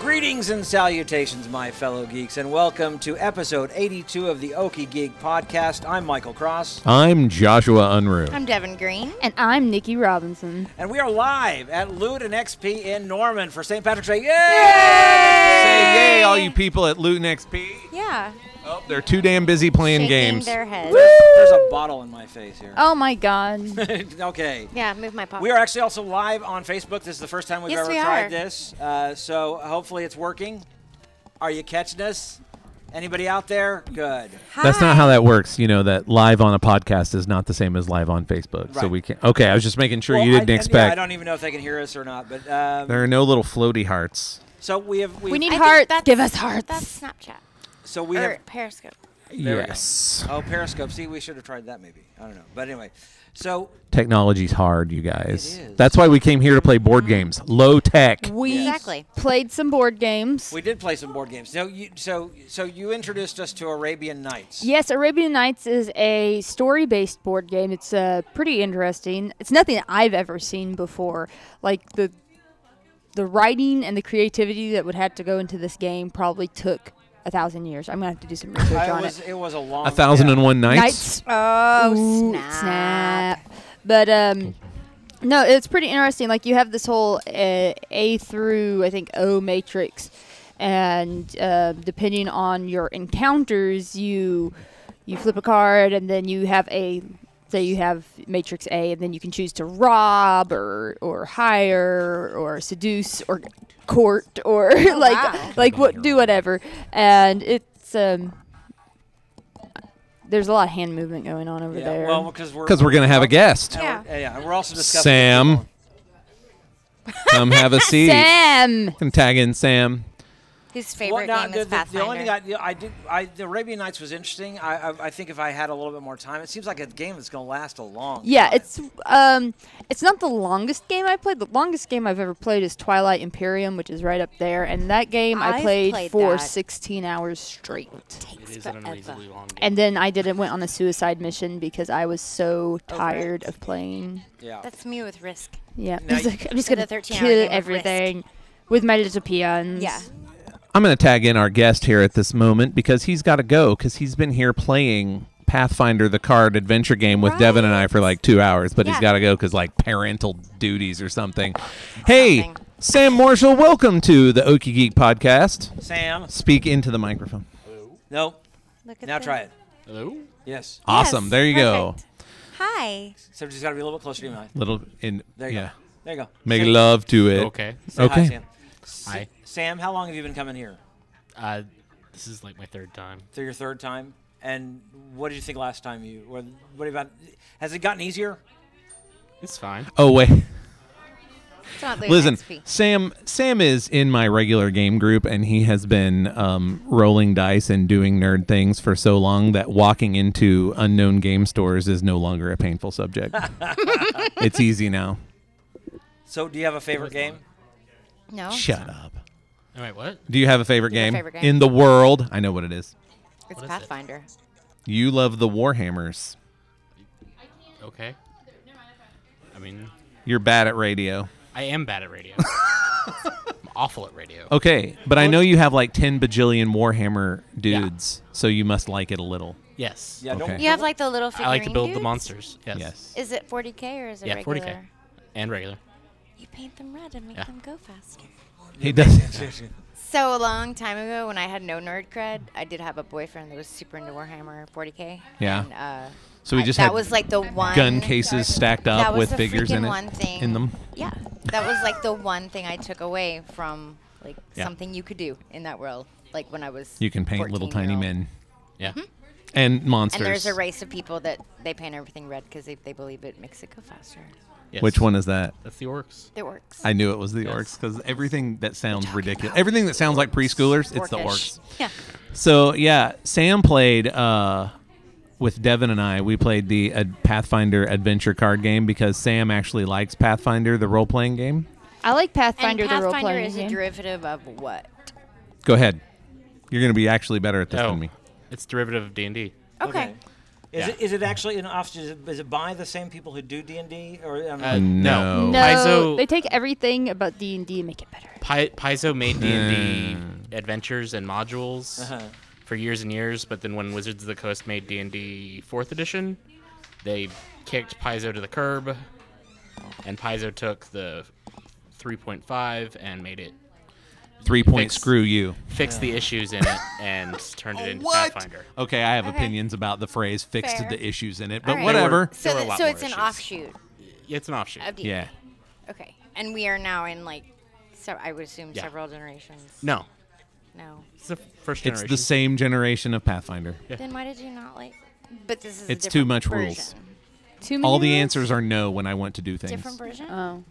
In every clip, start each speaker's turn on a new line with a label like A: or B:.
A: Greetings and salutations, my fellow geeks, and welcome to episode 82 of the Okie Geek Podcast. I'm Michael Cross,
B: I'm Joshua Unruh.
C: I'm Devin Green.
D: And I'm Nikki Robinson.
A: and we are live at Loot and XP in Norman for St. Patrick's Day. Yay!
B: Say yay, all you people at Luton XP.
C: Yeah.
B: Oh, they're too damn busy playing
C: Shaking
B: games.
C: their heads.
A: There's a bottle in my face here.
D: Oh my God.
A: okay.
C: Yeah, move my pocket.
A: We are actually also live on Facebook. This is the first time we've
C: Yes,
A: ever
C: we
A: tried
C: are.
A: this. Uh, so hopefully it's working. Are you catching us? Anybody out there? Good.
B: That's not how that works. You know that live on a podcast is not the same as live on Facebook. So
A: Right.
B: we can. not Okay, I was just making sure
A: Well,
B: you
A: I- and,
B: didn't
A: yeah,
B: expect.
A: I don't even know if they can hear us or not, but um,
B: there are no little floaty hearts.
A: so we have
D: We need
C: I think
D: hearts.
C: that's-
D: Give us hearts.
C: That's Snapchat
A: so we
C: or
A: have
C: Periscope.
A: we go.
B: yes.
A: Oh, Periscope. See, we should have tried that maybe. I don't know. But anyway, so
B: Technology's hard, you guys.
A: It is.
B: That's why we came here to play board games. Low tech.
D: we
C: Exactly.
D: played some board games.
A: we did play some board games. So you, so, so you introduced us to Arabian Nights.
D: yes, Arabian Nights is a story based board game. It's uh, pretty interesting. It's nothing I've ever seen before. Like the the writing and the creativity that would have to go into this game probably took a thousand years. I'm gonna have to do some research
A: Uh,
D: on
A: it was
D: it.
A: it was a long
B: A thousand
A: yeah.
B: and one nights.
D: Nights.
C: Oh,
D: Ooh, snap. But um, no, it's pretty interesting. Like you have this whole uh, A through I think O matrix, and uh, depending on your encounters, you you flip a card, and then you have a say you have matrix A, and then you can choose to rob or or hire or seduce or court or like
C: wow.
D: like what do whatever, and it's um. There's a lot of hand movement going on over
A: Yeah,
D: there.
A: Well, because we're
B: Because we're gonna have a guest.
A: and we're- yeah, and we're also discussing
B: Sam. Come have a seat.
D: Sam.
B: Can tag in Sam.
C: His
A: Well,
C: favorite
A: no,
C: game
A: the,
C: is
A: the, the
C: Pathfinder.
A: only thing I, yeah, I did, I, the Arabian Nights was interesting. I, I, I think if I had a little bit more time, it seems like a game that's going to last a long.
D: Yeah,
A: time.
D: it's um, it's not the longest game I played. The longest game I've ever played is Twilight Imperium, which is right up there, and that game I
C: I've
D: played,
C: played
D: for
C: that.
D: 16 hours straight.
C: Takes
E: It is an
C: forever.
E: unreasonably long game.
D: And then I didn't went on a suicide mission because I was so
C: Over
D: tired
C: it.
D: of playing.
A: yeah.
C: That's me with Risk.
D: Yeah,
A: Now
D: I was
A: you-
D: like, I'm just
C: Did a
D: gonna
C: 13-hour game
D: kill
C: of
D: everything with my little peons.
C: Yeah.
B: I'm going to tag in our guest here at this moment because he's got to go because he's been here playing Pathfinder the card adventure game with Devin and I for like two hours, but he's
C: Yeah.
B: got to go because like parental duties or something. Hey,
C: Something.
B: Sam Marshall, welcome to the Okie Geek podcast.
A: Sam.
B: Speak into the microphone.
A: No.
C: Look at
A: Now
C: that.
A: try it.
E: Hello?
A: Yes.
B: Awesome.
C: Yes,
B: there you
C: perfect. Hi.
A: So just got to be a little bit closer to your mic.
B: go. Little in
A: There you
B: yeah.
A: go. There you go.
B: Make
A: Say-
B: love to it.
E: Okay.
A: say Hi,
B: Okay.
A: Sam. S-
E: Hi.
A: Sam, how long have you been coming here?
E: Uh, this is like my third time.
A: Through your third time? And what did you think last time you what, what about has it gotten easier?
E: It's fine.
B: Oh wait.
C: It's not Luke
B: Listen,
C: XP.
B: Sam. Sam is in my regular game group, and he has been um, rolling dice and doing nerd things for so long that walking into unknown game stores is no longer a painful subject. it's easy now.
A: So do you have a favorite game?
C: No.
B: Shut up.
E: All right, what?
B: Do you have a favorite,
C: Do you have a
B: game?
C: favorite game?
B: in the world? I know what it is.
C: It's
E: it?
C: Pathfinder.
B: You love the Warhammers.
E: Okay. I mean,
B: You're bad at radio.
E: I am bad at radio. I'm awful at radio.
B: Okay, but I know you have like ten bajillion Warhammer dudes, so you must like it a little.
E: Yes.
A: Yeah, don't
B: Okay.
C: You have like the little
E: I
C: figurine.
E: like to build the
C: dudes?
E: monsters. Yes.
B: Yes.
C: Is it 40k or is it
E: Yeah,
C: regular?
E: 40k. And regular.
C: You paint them red and make
E: Yeah.
C: them go faster.
B: He does.
C: So a long time ago, when I had no nerd cred, I did have a boyfriend that was super into Warhammer 40k.
B: Yeah.
C: And, uh,
B: So we
C: I-
B: just
C: that
B: had
C: was like the one
B: gun cases stacked
C: that
B: up with
C: was the
B: figures in
C: freaking
B: it
C: one thing.
B: in them.
C: Yeah, that was like the one thing I took away from like
B: Yeah.
C: something you could do in that world. Like when I was
B: You can paint little tiny
C: 14-year-old.
B: men
E: Yeah.
B: and monsters.
C: And there's a race of people that they paint everything red because they, they believe it makes it go faster.
E: Yes.
B: Which one is that?
E: That's the orcs.
C: It works.
B: I knew it was the orcs because everything that sounds ridiculous, everything that sounds like preschoolers, it's the orcs.
C: Orcish. Yeah.
B: So yeah, Sam played uh, with Devin and I. We played the uh, Pathfinder adventure card game because Sam actually likes Pathfinder, the role playing game.
D: I like Pathfinder.
C: and
D: the role
C: Pathfinder
D: playing
C: is a
D: game.
C: derivative of what?
B: Go ahead, you're gonna be actually better at this
E: Oh,
B: than me.
E: It's derivative of D&D.
C: Okay.
A: Is,
E: Yeah.
A: it, is it actually an off? Is it, is it by the same people who do D and D? Or I don't know.
E: Uh, no.
B: No.
D: No,
E: Paizo-
D: they take everything about D and D and make it better.
E: Pi- Paizo made D
B: Hmm.
E: and D adventures and modules for years and years, but then when Wizards of the Coast made D and D Fourth Edition, they kicked Paizo to the curb, and Paizo took the 3.5 and made it
B: Three point
E: Fix-
B: screw you.
E: fix the issues in it and turned it into Pathfinder.
B: Okay, I have
C: Okay.
B: opinions about the phrase fixed
C: Fair.
B: the issues in it, but
C: Alright.
B: whatever.
C: So,
E: There were a
C: th-
E: lot
C: so
E: more
C: it's an
E: issues.
C: offshoot
E: It's an offshoot.
C: of D.
B: Yeah.
C: Okay. And we are now in like, so I would assume
E: Yeah.
C: several generations.
E: No,
C: No.
E: it's the first
B: It's
E: generation.
B: the same generation of Pathfinder.
C: Then why did you not like? But this is.
B: It's
C: a
B: too
C: different
B: much
C: version.
B: rules.
D: Too many
B: All the
D: rules?
B: answers are no when I want to do things.
C: Different version,
D: Oh,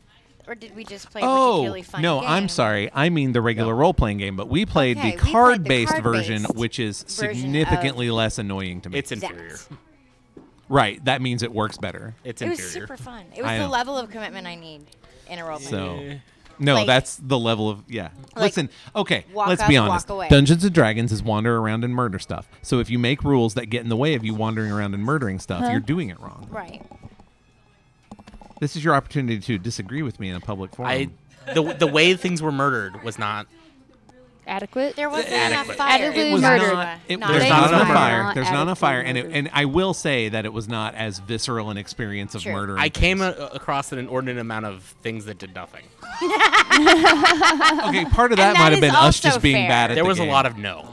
C: or did we just play a
B: Oh,
C: particularly fun
B: no, I'm
C: game?
B: sorry. I mean the regular role playing game, but we played
C: Okay, we
B: the
C: played the
B: card based version,
C: card-based
B: which is
C: version of-
B: significantly less annoying to me.
E: It's inferior.
C: That.
B: right. That means it works better.
E: It's
C: It was
E: inferior.
C: super fun. It was
B: I
C: the
B: know.
C: level of commitment I need in a role playing. game.
E: eh.
B: So, no,
C: Like-
B: that's the level of yeah.
C: Like,
B: Listen, okay,
C: walk
B: let's
C: up,
B: be
C: walk
B: honest.
C: away.
B: Dungeons and Dragons is wander around and murder stuff. So if you make rules that get in the way of you wandering around and murdering stuff, you're doing it wrong.
C: Right.
B: This is your opportunity to disagree with me in a public forum.
E: I the the way things were murdered was not
D: adequate.
B: Uh,
C: There wasn't
E: Adequate.
C: enough fire.
D: Adequately
B: it was
D: murdered.
B: not. It,
C: Not
B: there's
E: They
B: not enough
E: were
B: fire.
D: not
B: There's not enough fire, and
D: adequately
B: it, and I will say that it was not as visceral an experience of
C: Sure.
B: murder.
E: I came a- across an inordinate amount of things that did nothing.
B: okay. Part of that,
C: that
B: might have
C: is
B: been us
C: also
B: just being
C: fair.
B: bad at
E: There
B: the
E: was a
B: game.
E: lot of no.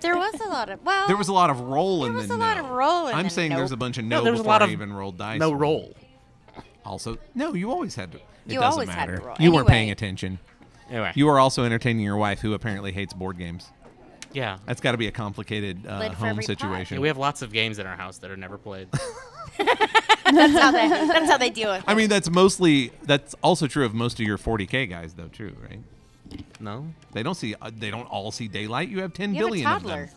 C: There was a lot of well.
B: there was a lot of roll in
C: was
B: the
C: a lot
B: no.
C: of roll in
B: I'm
C: the
B: saying there's
C: nope.
B: a bunch of
E: No,
B: no,
E: there was a
B: before
E: lot
B: I
E: of
B: even rolled dice.
E: No roll.
B: Also, no, you always had to. It
C: You
B: doesn't
C: always had
B: matter.
C: to roll.
B: You weren't
C: Anyway.
B: paying attention.
E: Anyway.
B: You were also entertaining your wife, who apparently hates board games.
E: yeah.
B: That's got to be a complicated uh,
C: Lid for
B: home
C: every pot.
B: situation.
E: Yeah, we have lots of games in our house that are never played.
C: that's how they. That's how they deal with.
B: I mean, that's mostly. That's also true of most of your 40k guys, though, too, right?
E: no?
B: They don't see. Uh, they don't all see daylight. You have ten
C: it.
B: billion
C: You have
B: of
C: a
B: them.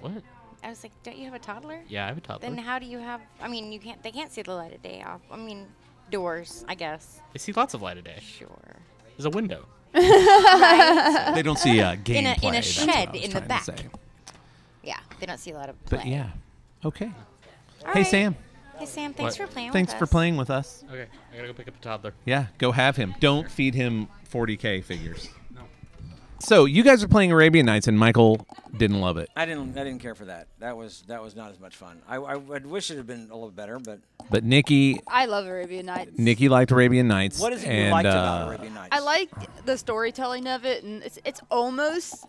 C: toddler.
E: What?
C: I was like, don't you have a toddler?
E: Yeah, I have a toddler.
C: Then how do you have? I mean, you can't. They can't see the light of day off. I mean, doors. I guess.
E: I see lots of light of day.
C: Sure.
E: There's a window.
B: They don't see uh, gameplay.
C: in a
B: that's what
C: shed
B: I was
C: in the
B: trying to
C: back.
B: say.
C: Yeah, they don't see a lot of play.
B: But yeah, okay.
C: All
B: hey
C: right.
B: Sam,
C: Hey Sam, thanks
E: What?
C: for playing.
B: thanks
C: with
B: for
C: us.
B: playing with us.
E: Okay, I gotta go pick up a toddler.
B: Yeah, go have him. Don't feed him 40k figures.
E: No.
B: So you guys are playing Arabian Nights, and Michael didn't love it.
A: I didn't. I didn't care for that. That was that was not as much fun. I, I would wish it had been a little better. But
B: But Nikki,
D: I love Arabian Nights.
B: Nikki liked Arabian Nights.
A: what is it
B: and,
A: you liked
B: uh,
A: about Arabian Nights?
D: I like the storytelling of it, and it's it's almost.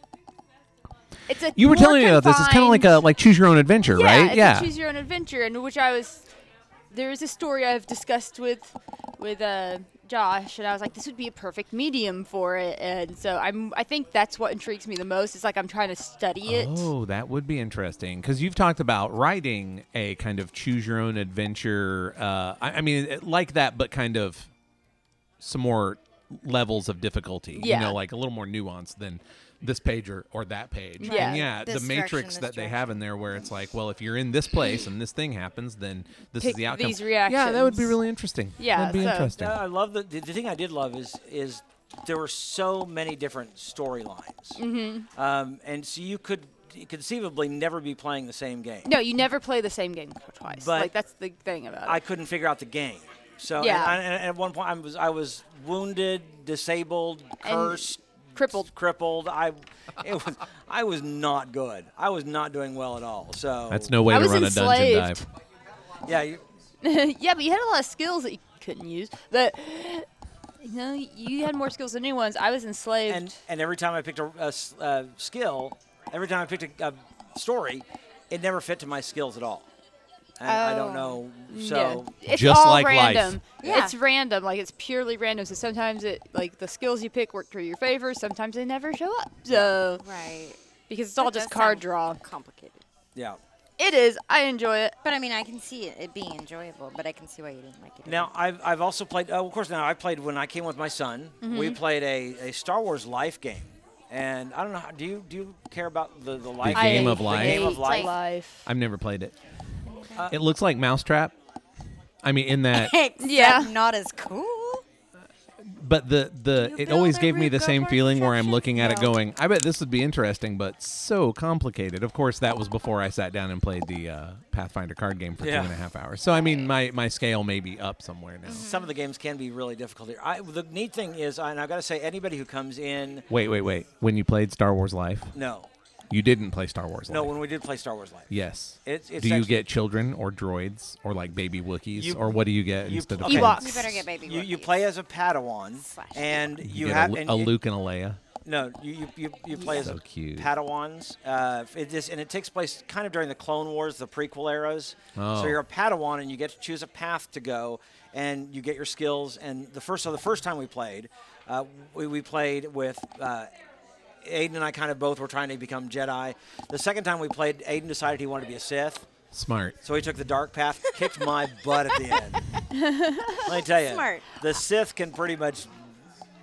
D: It's a
B: You were
D: more
B: telling me about this. It's kind of like
D: confined-
B: a like choose your own adventure,
D: yeah,
B: right?
D: It's
B: yeah.
D: A choose your own adventure, in which I was. There is a story I've discussed with with uh, Josh, and I was like, this would be a perfect medium for it, and so I'm. I think that's what intrigues me the most. It's like I'm trying to study it.
B: Oh, that would be interesting because you've talked about writing a kind of choose your own adventure. Uh, I, I mean, it- like that, but kind of some more levels of difficulty.
D: Yeah.
B: You know, like a little more nuance than this page or, or that page.
D: Right.
B: And yeah, the
C: This
B: matrix
C: direction,
B: that
C: this
B: they have in there where it's like, well, if you're in this place and this thing happens, then this is
D: Pick
B: the outcome.
D: these
B: Yeah, that would be
D: reactions.
B: really interesting.
D: Yeah,
B: That'd be
D: so-
B: interesting.
A: Yeah, I love the, the the thing I did love is is there were so many different storylines, mm-hmm. um, and so you could conceivably never be playing the same game.
D: No, you never play the same game twice.
A: But
D: like that's the thing about it.
A: I couldn't figure out the game. So and
D: Yeah.
A: I- and at one point I was I was wounded, disabled,
D: And
A: cursed,
D: crippled.
A: crippled. I it was I was not good. I was not doing well at all. So
B: That's no way
D: I
B: to
D: was
B: run a dungeon
D: enslaved.
B: dive.
A: Yeah, you,
D: yeah, but you had a lot of skills that you couldn't use. But you know, you had more skills than new ones. I was enslaved.
A: and and every time I picked a, a s- a skill, every time I picked a, a story, it never fit to my skills at all. And I don't know. So
D: Mm, yeah. it's
B: Just
D: all
B: like life.
D: random.
C: Yeah.
D: It's random. Like it's purely random. So sometimes it like the skills you pick work to your favor. Sometimes they never show up. So
C: Right.
D: because it's all
C: That
D: just
C: does
D: card
C: sound
D: draw.
C: Complicated.
A: yeah.
D: It is. I enjoy it.
C: But I mean, I can see it, it being enjoyable, but I can see why you didn't like it.
A: Now I've I've also played. Oh, of course, now I played when I came with my son. We played a, a Star Wars life game, and I don't know. how- Do you do you care about the the life
B: I Game of
A: The
B: Life?
A: Game of
D: hate
A: life.
B: I've never played it. it looks like Mousetrap. I mean, in that
C: Except
D: Yeah.
C: not as cool.
B: but the the
C: You
B: it
C: build
B: always
C: a
B: gave me
C: roof
B: the
C: up
B: same
C: on
B: feeling where I'm
C: construction
B: looking at it
C: belt.
B: going, I bet this would be interesting, but so complicated. Of course, that was before I sat down and played the uh, Pathfinder card game for
A: Yeah.
B: two and a half hours. So I mean, my my scale may be up somewhere now.
A: Some of the games can be really difficult here. I, the neat thing is, and I've got to say, anybody who comes in,
B: Wait, wait, wait. When you played Star Wars Life,
A: no,
B: you didn't play Star Wars
A: no,
B: Life.
A: when we did play Star Wars Live,
B: Yes.
A: It's- it's
B: do you
A: actually-
B: get children or droids or like baby Wookiees
A: You-
B: or what do you get
A: you-
B: instead of
A: okay.
D: Ewoks.
B: kids?
C: You better get baby.
A: you, you
C: Wookiees.
A: play as a Padawan,
C: Slash
A: and
B: You,
A: you,
B: get
A: have
B: a,
A: and
B: a
A: it-
B: Luke and a Leia.
A: No, you you, you, you play
B: So
A: as
B: cute.
A: Padawans. Uh, it just and it takes place kind of during the Clone Wars, the prequel eras.
B: Oh.
A: So you're a Padawan, and you get to choose a path to go, and you get your skills. And the first so the first time we played, uh, we, we played with. Uh, Aiden and I kind of both were trying to become Jedi. The second time we played, Aiden decided he wanted to be a Sith,
B: Smart.
A: so he took the dark path, kicked my butt at the end. Let me tell you,
C: Smart.
A: the Sith can pretty much.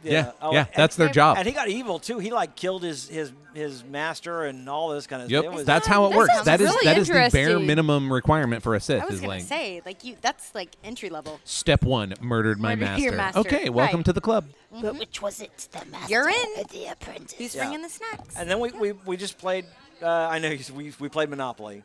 B: Yeah. Yeah,
A: oh, and-
B: that's their job.
A: and he got evil too. He like killed his his his master and all this kind of. It
B: Yep,
A: was,
B: that's how it
D: That
B: works.
D: sounds
B: That is
D: really
B: that is the bare
D: interesting.
B: minimum requirement for a Sith.
C: I was
B: is
C: gonna
B: like
C: say, like you, that's like entry level.
B: step one, murdered my
C: Murdered
B: master.
C: your master,
B: Okay, welcome
C: right.
B: to the club.
F: But which was it, the master
C: You're in.
F: or the apprentice?
C: Who's
A: Yeah.
C: bringing the snacks?
A: And then we, we, we just played. Uh, I know you- we we played Monopoly.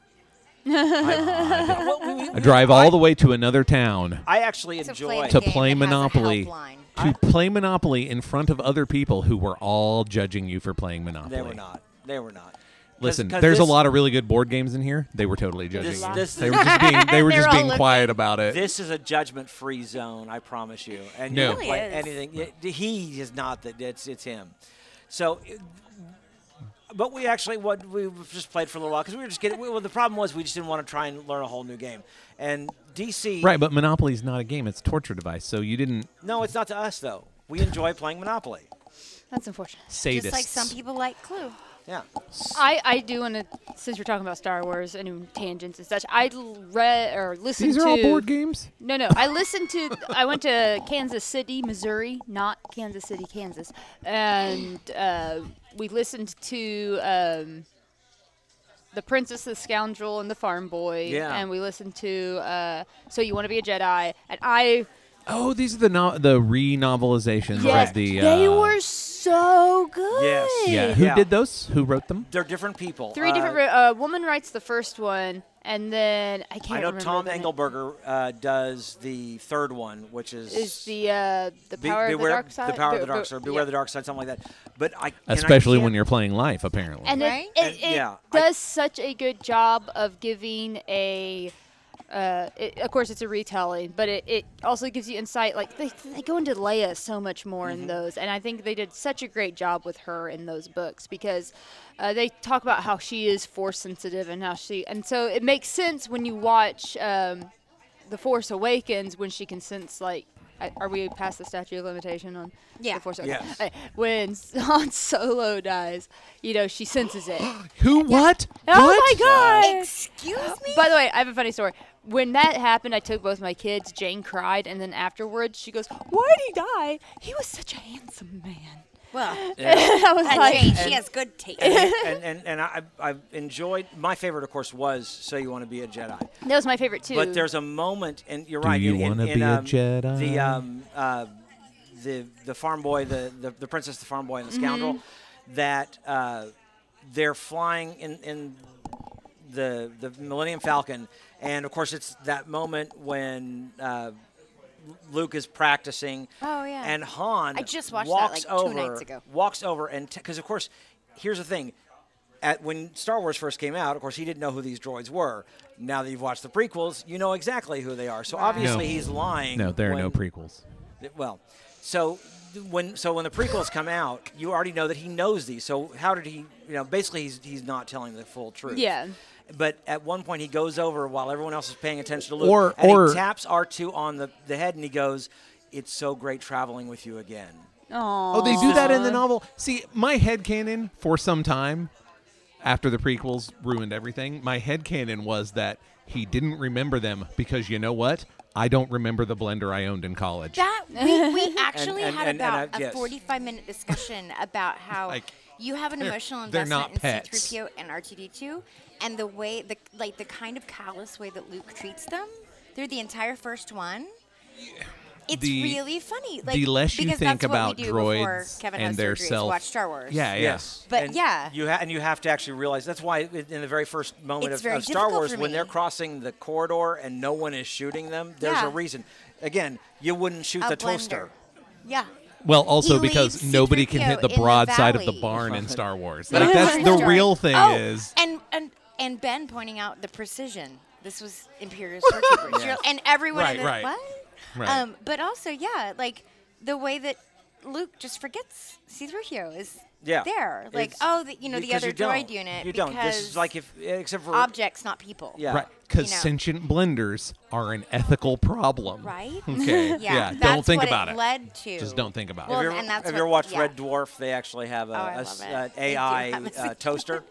A: Well, we- we-
B: I drive all the way to another town
A: I actually
C: To play
A: enjoy.
C: the
B: to
C: game
B: play
C: that has a
B: Monopoly.
C: helpline.
B: To play Monopoly in front of other people who were all judging you for playing Monopoly.
A: They were not. They were not. 'Cause-
B: Listen,
A: 'cause
B: there's
A: this-
B: a lot of really good board games in here. They were totally judging
A: This-
B: you.
A: this-
B: they were just being they were
C: They're
B: just
C: all
B: being
C: looking.
B: quiet about it.
A: This is a judgment-free zone, I promise you. And
B: No.
A: you can
B: Really
A: play
C: is.
A: anything. It- he is not that. It's it's him. So, it- but we actually what we just played for a little while because we were just getting. Well, the problem was we just didn't want to try and learn a whole new game. And DC,
B: right, but Monopoly's not a game, it's a torture device. So you didn't
A: No, it's not to us though. We enjoy playing Monopoly.
D: That's unfortunate.
B: say
C: Just
B: this.
C: like some people like Clue.
A: Yeah.
D: I, I do want to, since we're talking about Star Wars and tangents and such, I l- read or listened
B: These
D: to.
B: are all board games?
D: No, no. I listened to. I went to Kansas City, Missouri, not Kansas City, Kansas, and uh, we listened to um, the Princess, the Scoundrel, and the Farm Boy.
A: Yeah.
D: And we listened to uh, So You Want to Be a Jedi, and I.
B: Oh, these are the no- the re-novelizations
D: Yes,
B: of the. Uh,
D: they were so good.
A: Yes.
B: Yeah, who
A: Yeah.
B: did those? Who wrote them?
A: They're different people.
D: Three
A: Uh,
D: different. ro- Uh, woman writes the first one, and then I can't.
A: I know
D: remember
A: Tom
D: the name.
A: Engelberger uh, does the third one, which is
D: is the uh, the
A: Be-
D: power
A: beware,
D: of the dark side.
A: power of
D: Be-
A: the dark
D: be-
A: side. Beware
D: yeah.
A: the dark side, something like that. But I and I
B: Especially when
A: can't-
B: you're playing life, apparently.
D: And
C: Right?
D: it,
A: And-
D: it, it
A: yeah, I-
D: does such a good job of giving a. Uh, it, of course, it's a retelling, but it, it also gives you insight. Like they, they go into Leia so much more
A: Mm-hmm.
D: in those, and I think they did such a great job with her in those books because uh, they talk about how she is force sensitive and how she, and so it makes sense when you watch um, the Force Awakens when she can sense like. I- Are we past the statute of limitation on
C: Yeah.
D: the Force
A: Yes.
D: Awakens? Uh, When Han Solo dies, you know she senses it.
B: who? What?
D: Oh my god!
C: Excuse
F: Oh.
C: me.
D: By the way, I have a funny story. When that happened, I took both my kids. Jane cried, and then afterwards, she goes, "Why did he die? He was such a handsome man."
C: well,
D: And I was
C: that's
D: like,
C: Jane, she has good taste.
A: and and, and I, I've enjoyed my favorite, of course, was "So You Want to Be a Jedi."
D: "That was my favorite too."
A: But there's a moment, and you're right.
B: you
A: in- in-
B: wanna
A: in,
B: be a
A: um,
B: Jedi?
A: The um, uh, the the farm boy, the, the the princess, the farm boy, and the
C: Mm-hmm.
A: scoundrel, that uh, they're flying in in the the Millennium Falcon, and of course it's that moment when. Uh, Luke is practicing.
C: Oh, yeah.
A: And Han
C: I just watched that,
A: walks
C: like, two
A: over,
C: nights ago.
A: walks over and because of course, here's the thing, at when Star Wars first came out, of course, he didn't know who these droids were. Now that you've watched the prequels, you know exactly who they are. So obviously,
B: No.
A: he's lying.
B: No, there are no
A: when-
B: prequels.
A: Well, so when so when the prequels come out, you already know that he knows these. So how did he? You know, basically, he's he's not telling the full truth.
D: Yeah.
A: But at one point, he goes over while everyone else is paying attention to Luke,
B: Or-
A: and
B: or-
A: he taps R two on the the head, and he goes, "It's so great traveling with you again."
D: Aw.
B: Oh, they do that in the novel. See, my headcanon for some time after the prequels ruined everything, my headcanon was that he didn't remember them because you know what? I don't remember the blender I owned in college.
C: that we, we actually
A: and-
C: had
A: and- and
C: about
A: I've-
C: a
A: yes.
C: 45 minute discussion about how
B: uh, Like,
C: you have an
B: they're-
C: emotional
B: they're
C: investment
B: not
C: in
B: pets.
C: C3PO and R2D2 and the way the like the kind of callous way that Luke treats them through the entire first one.
G: it's
B: the-
G: really funny. Like,
B: the less you
G: because
B: think
G: that's
B: about
G: what we do before
B: droids
G: Kevin
B: and
G: has
B: their
G: surgery is
B: self-
G: watch Star Wars.
B: Yeah, yeah.
A: Yes.
G: But
A: And
G: yeah.
A: You ha- and you have to actually realize that's why i- in the very first moment
G: It's
A: of,
G: very
A: of Star
G: difficult
A: Wars
G: for
A: when they're
G: me.
A: crossing the corridor and no one is shooting them, there's
G: Yeah.
A: a reason. Again, you wouldn't shoot
G: A
A: the
G: blender.
A: toaster.
G: Yeah.
B: Well, also
G: He
B: because
G: leaves
B: nobody can
G: C-3PO
B: hit the
G: in the
B: broadside of the
G: valley.
B: barn in Star Wars.
G: But
B: Like, that's
G: that's
B: the
G: story.
B: real thing
C: Oh,
B: is.
C: and and and Ben pointing out the precision. This was Imperial Star Troopers, You're- and everyone
B: Right,
C: in the,
B: right.
C: what?
B: Right.
C: Um, but also, yeah, like the way that Luke just forgets C-3PO is
A: Yeah.
C: there. Like,
A: It's-
C: oh, the, you know, the
A: because
C: other
A: you don't.
C: droid unit.
A: You don't. This is
C: because
A: like if except for
C: objects, not people.
A: Yeah.
B: Right, because
C: You know.
B: sentient blenders are an ethical problem.
C: Right?
B: Okay. yeah. Don't
C: that's
B: think
C: what
B: about
C: it,
B: it.
C: led to.
B: Just don't think about
C: Well,
B: it.
A: Have you ever,
C: and that's
A: have you
C: what-
A: ever watched
C: yeah. Oh,
A: Red Dwarf? They actually have a,
C: I
A: a
C: love
A: s-
C: it.
A: an
C: They do
A: AI
C: have a
A: uh, toaster.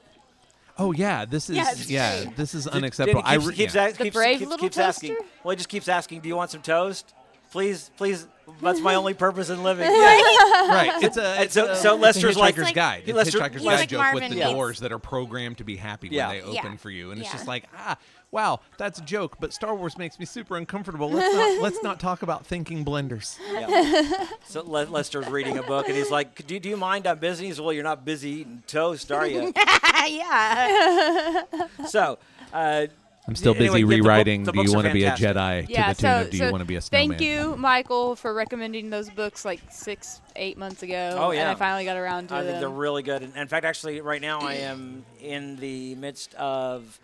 B: Oh yeah, this is
C: Yeah, it's
B: yeah,
C: great.
B: this is
A: Then
B: unacceptable.
A: He keeps,
B: I re-
A: keeps,
B: yeah.
A: ask-
D: The
A: keeps,
D: brave
A: keeps,
D: little
A: keeps asking.
D: toaster?
A: Well, he just keeps asking, "Do you want some toast? Please, please. That's my only purpose in living."
B: right. It's a
A: And
B: it's
A: so- so
B: a, it's a
A: Lester's like-
B: Hitchhiker's
A: like-
B: guide. It's
A: Lester-
B: Hitchhiker's
A: he's like
B: guide joke with
C: Marvin
B: the
C: Gaye.
B: doors that are programmed to be happy
A: Yeah.
B: when they
C: Yeah.
B: open for you, and it's just
C: Yeah.
B: like ah, wow, that's a joke. But Star Wars makes me super uncomfortable. Let's not let's not talk about thinking blenders.
A: Yeah. So Le- Lester's reading a book, and he's like, "Do, do you mind? I'm busy." He's well, you're not busy eating toast, are you?
C: yeah.
A: so, uh,
B: I'm still
A: Anyway,
B: busy
A: get the book-
B: rewriting.
A: the
B: do you
A: books are
B: want to be a
A: fantastic.
B: Jedi?
D: yeah,
B: to the tune
D: so,
B: of Do
D: so
B: you want to be a snowman?
D: thank you, Michael, for recommending those books like six, eight months ago.
A: Oh, yeah.
D: And I finally got around to
A: I
D: them.
A: think they're really good. And in fact, actually, right now I am in the midst of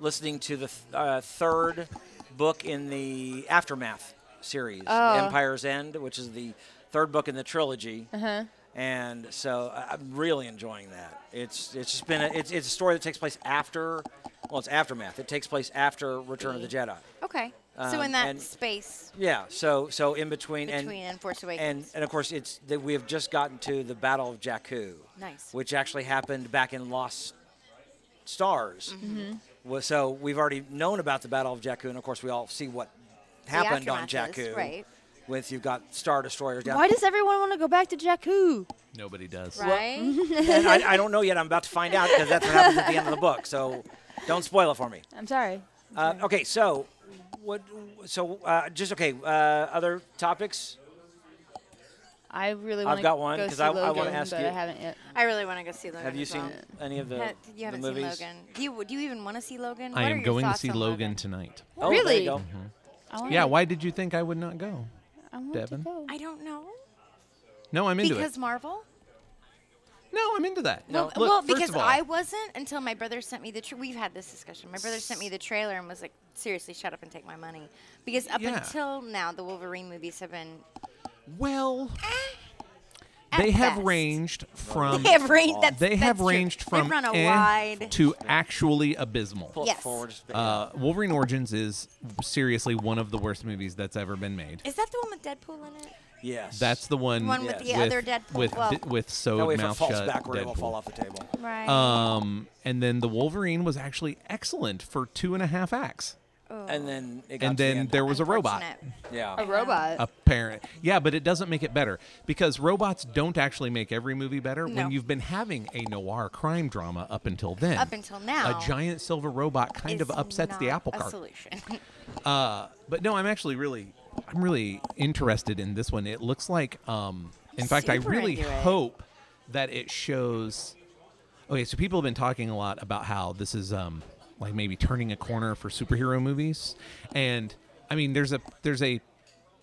A: listening to the th- uh, third book in the Aftermath series,
D: Oh.
A: Empire's End, which is the third book in the trilogy. Uh-huh. And so I- I'm really enjoying that. It's it's just been a, it's it's a story that takes place after, well, it's Aftermath. It takes place after Return of the Jedi.
C: Okay.
A: Um,
C: so in that
A: and-
C: space
A: Yeah. So so in between
C: between
A: and
C: and Force
A: and,
C: Awakens.
A: and of course, it's that we have just gotten to the Battle of Jakku,
C: Nice.
A: which actually happened back in Lost Stars.
C: Mm-hmm.
A: Well, so we've already known about the Battle of Jakku, and of course, we all see what happened on
C: aftermath is,
A: Jakku.
C: right.
A: With you've got Star Destroyers down.
D: Why does everyone want to go back to Jakku?
B: Nobody does.
C: right?
A: and I, I don't know yet. I'm about to find out because that's what happens at the end of the book. So don't spoil it for me.
D: I'm sorry.
A: Uh, okay, so what? So uh, just okay. Uh, other topics.
D: I really want to
A: got one,
D: go
A: 'cause
D: see
A: I- I wanna
D: Logan,
A: ask
D: but
A: you-
D: I haven't yet.
C: I really want to go see Logan.
A: Have you
C: as
A: seen
C: well.
A: any of the,
C: Ha- you
A: the
C: haven't seen
A: movies?
C: Logan. Do you do you even want to see Logan? What
B: I
C: are
B: am
C: your
B: going to
C: thoughts
B: see
C: on
B: Logan tonight.
A: Oh, there you
D: Really?
A: go.
C: Mm-hmm.
D: I wanna,
B: Yeah, why did you think I would not go?
D: I want
B: Devin?
D: to go.
C: I don't know
B: No, I'm into
C: because
B: it.
C: Marvel.
B: No, I'm into that.
C: Well,
B: Look,
C: well,
B: first
C: because
B: of all-
C: I wasn't until my brother sent me the. Tra- We've had this discussion. My brother sent me the trailer and was like, "Seriously, shut up and take my money," because up
B: Yeah.
C: until now the Wolverine movies have been
B: Well,
C: at
B: they have
C: best.
B: ranged from
C: They have ranged. That's,
B: they have
C: that's true.
B: ranged from
C: They've run a
B: eh
C: wide.
B: to actually abysmal.
A: Pull it
C: Yes.
A: forward just a bit.
B: Uh, Wolverine Origins is seriously one of the worst movies that's ever been made.
C: Is that the one with Deadpool in it?
A: yes.
B: That's the one,
C: One with
A: the
C: other Deadpool-
B: with
C: well-
B: di- with sewed
A: that way if it
B: mouth
A: falls
B: shut
A: backward, it will
B: Deadpool.
A: fall off the table.
B: Uh,
C: Right.
B: Um, and then the Wolverine was actually excellent for two and a half acts,
D: Oh.
A: And then it got
B: and
A: to the
B: then
A: end.
B: there was a robot.
C: Unfortunate.
A: yeah.
D: A robot.
B: Apparent, yeah, but it doesn't make it better because robots don't actually make every movie better.
C: No.
B: When you've been having a noir crime drama up until then,
C: Up until now,
B: a giant silver robot kind of
C: Is
B: upsets the
C: not
B: apple
C: A
B: cart.
C: solution.
B: Uh, but no, I'm actually really, I'm really interested in this one. It looks like, um, in fact, I
C: Super
B: really
C: into it.
B: hope that it shows. Okay, so people have been talking a lot about how this is, um, like maybe turning a corner for superhero movies, and I mean, there's a, there's a.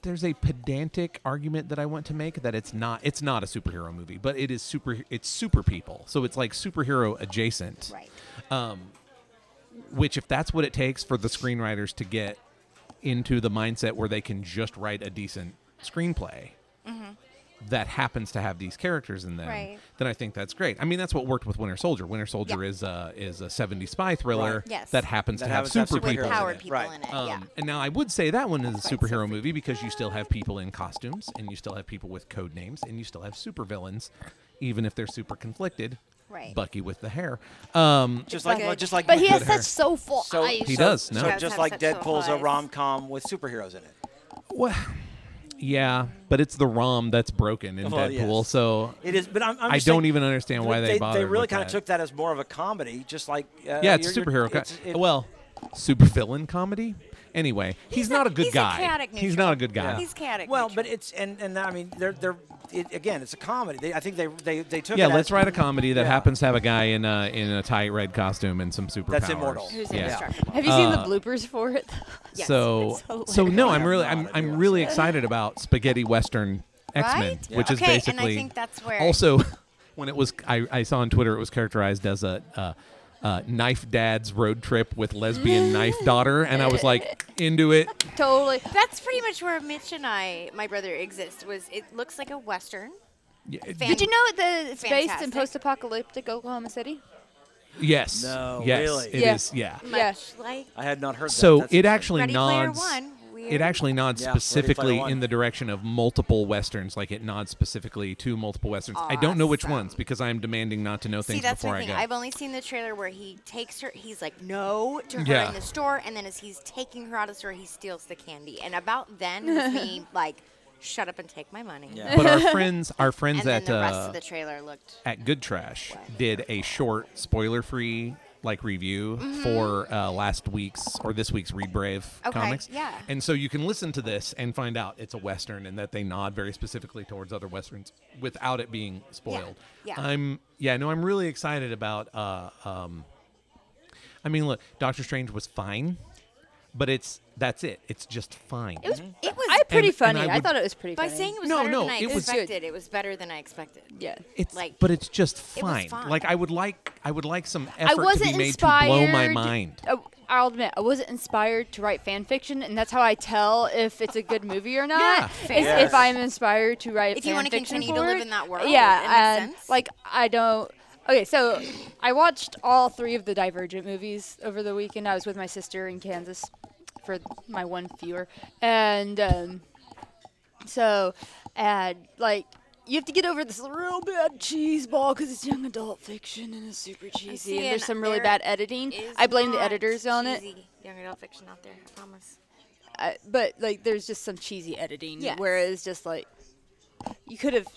B: There's a pedantic argument that I want to make that it's not it's not a superhero movie, but it is super it's super people. So it's like superhero adjacent
C: right.
B: which if that's what it takes for the screenwriters to get into the mindset where they can just write a decent screenplay that happens to have these characters in them
C: Mm-hmm. Right.
B: then i think that's great i mean that's what worked with winter soldier winter soldier
C: Yeah.
B: is a is a 70s spy thriller
A: Right.
C: Yes.
B: that happens
A: That
B: to have
A: happens to have
B: super
A: superheroes in
B: people in
A: Powered
C: Powered
B: it.
C: people
A: Right.
C: in it.
B: Um,
C: yeah.
B: And now I would say that one is a
C: Quite
B: superhero
C: sexy.
B: movie because you still have people in costumes and you still have people with code names and you still have supervillains, even if they're super conflicted.
C: Right.
B: Bucky with the hair. Um,
A: Just like
C: good.
A: just like
D: But he
B: Good
D: has
B: hair.
D: such soulful
A: so,
D: eyes.
B: He does, no.
A: so
B: He does
A: just
C: have
A: like
C: such soulful
A: Deadpool's a
C: eyes.
A: rom com with superheroes in it.
B: Well, yeah, but it's the ROM that's broken in
A: Well, Oh, yes.
B: Deadpool, so
A: It is, but I'm, I'm
B: I
A: just
B: don't
A: saying,
B: even understand why they
A: They,
B: bothered
A: really
B: with
A: kind of
B: that.
A: took that as more of a comedy, just like uh,
B: yeah, it's a
A: you're-
B: superhero.
A: you're-
B: co-
A: it's- it-
B: well, supervillain comedy. Anyway, he's, not a good
C: he's a
B: guy.
C: chaotic
B: he's
C: neutral.
B: not a good guy.
C: He's chaotic.
A: Well, but it's and and I mean they're they're it, again it's a comedy. They, I think they they they took
B: yeah,
A: it
B: let's
A: as,
B: write a comedy that
A: Yeah.
B: happens to have a guy in a in a tight red costume and some superpowers.
A: immortal.
C: who's
B: Yeah.
C: indestructible.
D: Have you seen
B: Uh.
D: the bloopers for it?
C: Yes,
B: So
C: it's
B: so no,
A: hilarious.
B: I'm really I'm
A: Yeah,
B: I'm
A: yeah.
B: really excited about spaghetti western X-Men,
C: Right?
B: which is
C: Okay, and I
B: basically
C: think that's where-
B: also when it was I, I saw on Twitter it was characterized as a uh, uh, knife dad's road trip with lesbian knife daughter, and I was like into it.
D: totally.
C: That's pretty much where Mitch and I, my brother, exist. Was it looks like a western?
B: Y-
C: Fan-
D: Did you know that it's based in
C: Fantastic.
D: post-apocalyptic Oklahoma City?
B: Yes.
A: No,
B: yes,
A: really?
B: it
D: Yeah.
B: is, Yeah.
C: Much
D: Yeah.
C: like
A: I had not heard
B: So
A: that. That's
B: it
A: interesting.
B: actually
C: Ready Player
B: nods.
C: One. Weird.
B: It actually nods
A: Yeah, Ready Player
B: specifically
A: One.
B: in the direction of multiple westerns. Like it nods specifically to multiple westerns. I don't know which
C: Awesome.
B: ones because I'm demanding not to know things
C: See, that's
B: before I
C: my thing.
B: go.
C: I've only seen the trailer where he takes her. He's like, no, to her
B: Yeah.
C: in the store, and then as he's taking her out of the store, he steals the candy. And about then, was me like, shut up and take my money.
A: Yeah.
B: but our friends, our friends
C: And then
B: at
C: the rest
B: uh,
C: of the trailer looked.
B: at Good Trash did a short spoiler-free like review for uh, last week's or this week's Read Brave
C: Mm-hmm. Okay,
B: comics.
C: yeah.
B: And so you can listen to this and find out it's a western and that they nod very specifically towards other westerns without it being spoiled.
C: yeah.
B: I'm yeah, no, I'm really excited about uh um I mean, look, Doctor Strange was fine, but it's that's it. It's just fine.
D: It was.
C: It was
D: I pretty
B: and
D: funny.
B: I
D: I,
B: would-
D: thought it was pretty.
C: by
D: funny.
C: saying it was
B: No,
C: better
B: no,
C: than I
B: it was-
C: expected. It was better than I expected.
D: yeah.
B: It's
C: Like-
B: but it's just
C: It was
B: fine.
C: fine.
B: Like I would like I would like some
D: I
B: effort
D: wasn't
B: to be made
D: inspired.
B: to blow my mind.
D: Oh, I'll admit, I wasn't inspired to write fan fiction, and that's how I tell if it's a good movie or
B: Yeah.
D: not.
C: Fair.
D: is
A: Yes.
D: if I'm inspired to write
C: If you
D: fan
C: wanna
D: fiction
C: continue
D: for
C: to live
D: it.
C: in that world,
D: Yeah,
C: it makes
D: and,
C: sense.
D: like I don't. Okay, so I watched all three of the Divergent movies over the weekend. I was with my sister in Kansas for my one viewer, and um, so and like. You have to get over this real bad cheese ball because it's young adult fiction and it's super cheesy.
C: See,
D: and
C: and
D: there's some really
C: there
D: bad editing.
C: Is
D: I blame the
C: not
D: editors on it,
C: cheesy Young adult fiction out there, I promise.
D: I, but like there's just some cheesy editing
C: Yes.
D: where it's just like you could have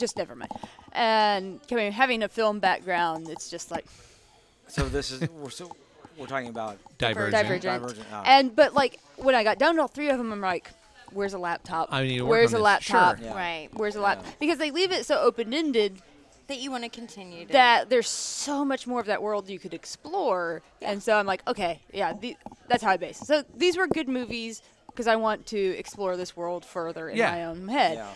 D: just never mind. And I mean, having a film background, it's just like
A: So this is we're, so we're talking about
B: Divergent.
D: divergent.
A: Divergent, ah.
D: And but like when I got down to all three of them, I'm like, where's a laptop?
B: I need to work
D: where's
B: on
D: a
B: this. Sure.
D: laptop?
A: Yeah.
C: Right.
D: Where's a laptop? Because they leave it so open ended
C: That you want to continue to
D: that there's so much more of that world you could explore. And so I'm like, okay, yeah, the, that's how I base. it. So these were good movies because I want to explore this world further in
B: Yeah.
D: my own head.
A: yeah.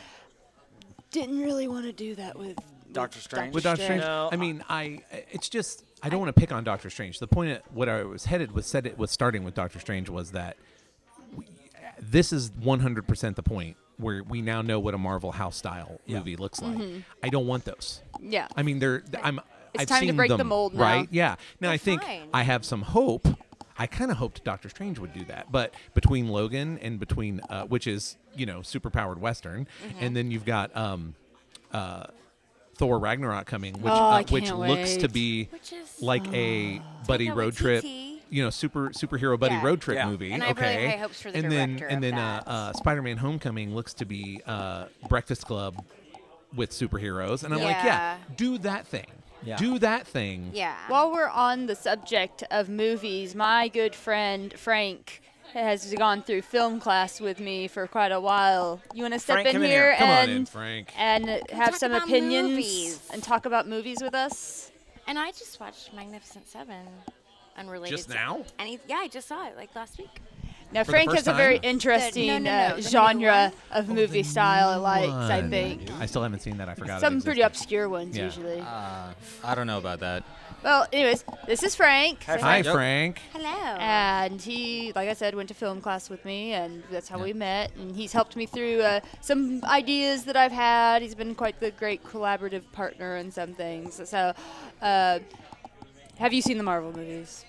D: Didn't really want to do that with
A: Doctor Strange.
B: with Doctor Strange.
A: No,
B: I mean, I it's just uh, I don't want to pick on Doctor Strange. The point at what I was headed with said it was starting with Doctor Strange was that we, this is 100% the point where we now know what a Marvel house style movie looks like. I don't want those.
D: Yeah.
B: I mean, they're I'm
D: It's
B: I've
D: time to
B: seen
D: break the
B: them,
D: mold now.
B: right? Yeah. Now I think
C: fine.
B: I have some hope. I kind of hoped Doctor Strange would do that, but between Logan and between uh, which is you know super powered western,
C: Mm-hmm.
B: and then you've got um, uh, Thor Ragnarok coming,
C: Oh,
B: which
D: I
B: uh, which
D: can't
B: looks to
D: wait.
B: be
C: Which is-
B: like a buddy
C: Taika
B: road trip,
C: Waititi.
B: you know super superhero buddy
C: Yeah.
B: road trip
A: Yeah.
B: movie.
C: And I have really
B: okay,
C: high hopes for the
B: and then
C: director
B: and
C: of
B: then uh,
C: that.
B: uh, Spider Man Homecoming looks to be uh, Breakfast Club with superheroes, and I'm like, yeah,
C: Yeah.
B: do that thing,
A: Yeah.
B: do that thing.
C: Yeah.
D: While we're on the subject of movies, my good friend Frank has gone through film class with me for quite a while. You want to step
A: Frank,
D: in
A: come in
D: here
A: here.
B: Come on
D: and
B: in, Frank.
D: and have
C: Talk
D: some
C: about
D: opinions
C: movies.
D: and talk about movies with us?
C: And I just watched Magnificent Seven, unrelated.
B: Just
C: to
B: now?
C: Any, yeah, I just saw it like last week.
D: Now
B: For the
D: Frank
B: first
D: has a very
B: time?
D: interesting
C: The- no, no, no,
D: uh,
C: the new
D: genre
C: one.
D: of movie style I likes, I
B: One.
D: think.
B: I still haven't seen that. I forgot. it
D: Some pretty
B: existed.
D: obscure ones
B: Yeah. Ah.
D: usually.
H: Uh, I don't know about that.
D: well, anyways, this is Frank.
A: Hi,
D: Say
A: Frank.
B: Hi, Frank.
C: Hello.
D: and he like i said went to film class with me and that's how we met and he's helped me through uh, some ideas that i've had he's been quite the great collaborative partner in some things so uh, have you seen the marvel movies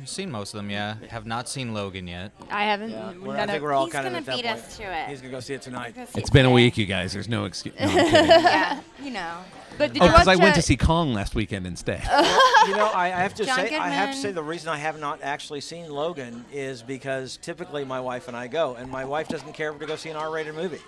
H: I've seen most of them, yeah.
A: Mm-hmm.
H: Have not seen Logan yet.
D: i haven't
A: yeah,
D: none
A: we're, I think
D: of-
A: we're all
C: He's
A: kind of
C: gonna
A: at that
C: beat
A: point.
C: us to it.
A: He's gonna go see it tonight.
B: It's been a week, you guys. There's no excuse. No, I'm kidding.
C: yeah, you know.
D: but did
B: oh,
D: you watch
B: because I went to
D: uh, Oh,
B: see Kong last weekend instead.
A: you know, I, I have to
C: John
A: say, I have to
C: Goodman.
A: say, the reason I have not actually seen Logan is because typically my wife and I go, and my wife doesn't care to go see an R-rated movie,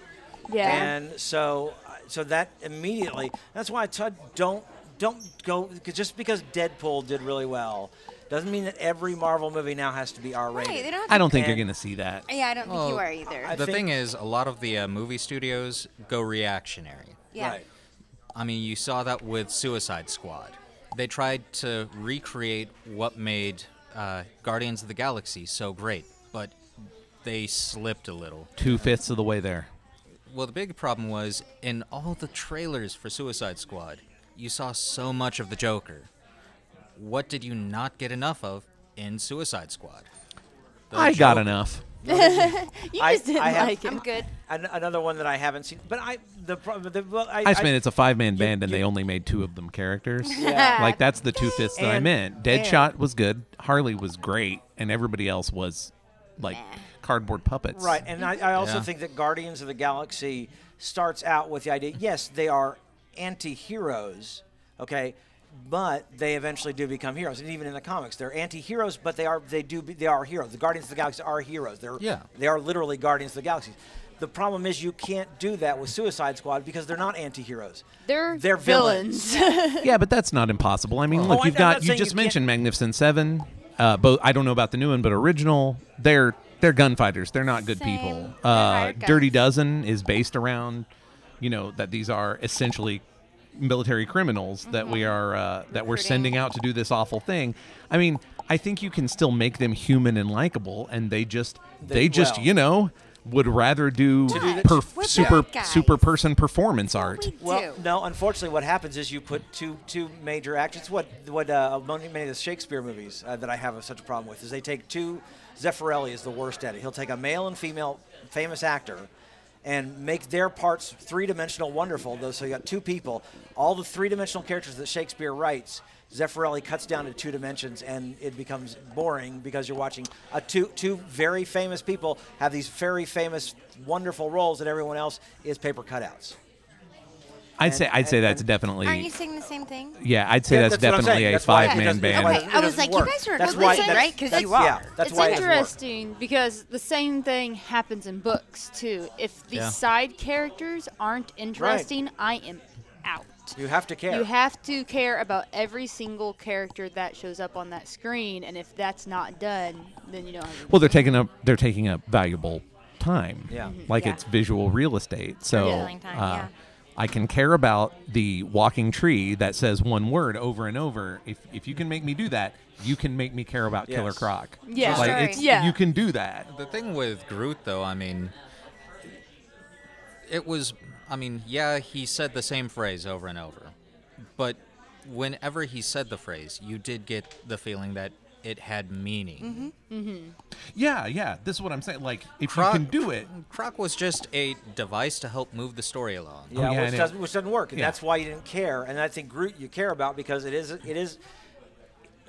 D: yeah
A: and so, uh, so that immediately, that's why I t- don't don't go 'cause just because Deadpool did really well. Doesn't mean that every Marvel movie now has to be R rated.
C: Right, they don't have
B: I don't Oh, think
A: And-
B: you're gonna see that.
C: to- yeah, I don't think you
H: Well,
C: are either.
A: I
H: the
A: think-
H: thing is, a lot of the uh, movie studios go reactionary.
C: yeah.
A: Right.
H: I mean, you saw that with Suicide Squad. They tried to recreate what made uh, Guardians of the Galaxy so great, but they slipped a little.
B: Two fifths of the way there.
H: Well, the big problem was in all the trailers for Suicide Squad, you saw so much of the Joker. What did you not get enough of in Suicide Squad? The
B: I got
H: Joker.
B: enough.
D: You
A: I-
D: just didn't
A: I have-
D: like it.
C: I'm good.
A: An- another one that I haven't seen, but I the problem. The, well, I,
B: I just meant it's a five man band and
A: you-
B: they only made two of them characters.
A: Yeah.
B: Like that's the two fifths that I
A: And-
B: meant. Deadshot was good, Harley was great, and everybody else was like cardboard puppets.
A: Right, and I, I also
H: Yeah.
A: think that Guardians of the Galaxy starts out with the idea yes, they are anti heroes, okay, but they eventually do become heroes. And even in the comics, they're anti heroes, but they are they do be, they are heroes. The Guardians of the Galaxy are heroes. They're
H: Yeah.
A: they are literally Guardians of the Galaxy. The problem is you can't do that with Suicide Squad because they're not anti heroes.
D: They're,
A: They're villains.
D: villains.
B: Yeah, but that's not impossible. I mean,
A: Oh,
B: look,
A: I-
B: you've
A: I'm not
B: got you
A: saying
B: just
A: you can't-
B: mentioned Magnificent Seven. Uh, both I don't know about the new one, but original. They're they're gunfighters. They're not good
C: Same.
B: people.
C: They're
B: Uh,
C: hired guns.
B: Dirty Dozen is based around, you know, that these are essentially military criminals that we are uh, that we're
C: Mm-hmm. Recruiting.
B: sending out to do this awful thing. I mean, I think you can still make them human and likable, and they just they, just
A: well.
B: you know would rather do,
C: the-
B: perf-
C: We're
B: super
C: bad guys.
B: super person performance art.
A: Well,
C: do.
A: no. Unfortunately, what happens is you put two two major actors. What what uh, many many of the Shakespeare movies uh, that I have such a problem with is they take two. Zeffirelli is the worst at it. He'll take a male and female famous actor, and make their parts three dimensional, wonderful. Though, so you got two people. All the three dimensional characters that Shakespeare writes, Zeffirelli cuts down to two dimensions, and it becomes boring because you're watching a two two very famous people have these very famous, wonderful roles, and everyone else is paper cutouts.
B: I'd say I'd say
A: and-
B: that's
A: and-
B: definitely
C: Aren't you saying the same thing?
B: Yeah, I'd say
A: Yeah,
B: that's,
A: what I'm
B: definitely
A: saying.
B: a
A: That's why it
B: five man
A: doesn't-
B: band.
A: that's why it
C: I was
A: doesn't
C: like, you
A: work.
C: guys are
A: That's
C: complicit,
A: why- that's-
C: right? 'Cause
A: that's-
C: you are.
A: Yeah, that's
D: it's
A: why it doesn't work.
D: interesting because the same thing happens in books too. If the
H: Yeah.
D: side characters aren't interesting, I am out.
A: You have to care.
D: You have to care about every single character that shows up on that screen, and if that's not done, then you don't have.
B: Well, they're taking up they're taking up valuable time.
A: Yeah. Mhm.
B: like
C: Yeah.
B: it's visual real estate. So
C: Filling time,
B: uh,
C: yeah.
B: I can care about the walking tree that says one word over and over. If if you can make me do that, you can make me care about Killer
A: Yes.
B: Croc.
D: Yeah.
B: like
C: Sure.
B: it's,
D: Yeah.
B: you can do that.
H: The thing with Groot, though, I mean, it was. I mean, yeah, he said the same phrase over and over, but whenever he said the phrase, you did get the feeling that it had meaning.
A: Mm-hmm.
B: Yeah, yeah. This is what I'm saying. Like if
H: Croc-
B: you can do it,
H: Croc was just a device to help move the story along.
A: yeah,
B: Oh, yeah,
A: which,
B: and it-
A: doesn't, which doesn't work, and
B: yeah.
A: that's why you didn't care. And I think Groot you care about because it is it is.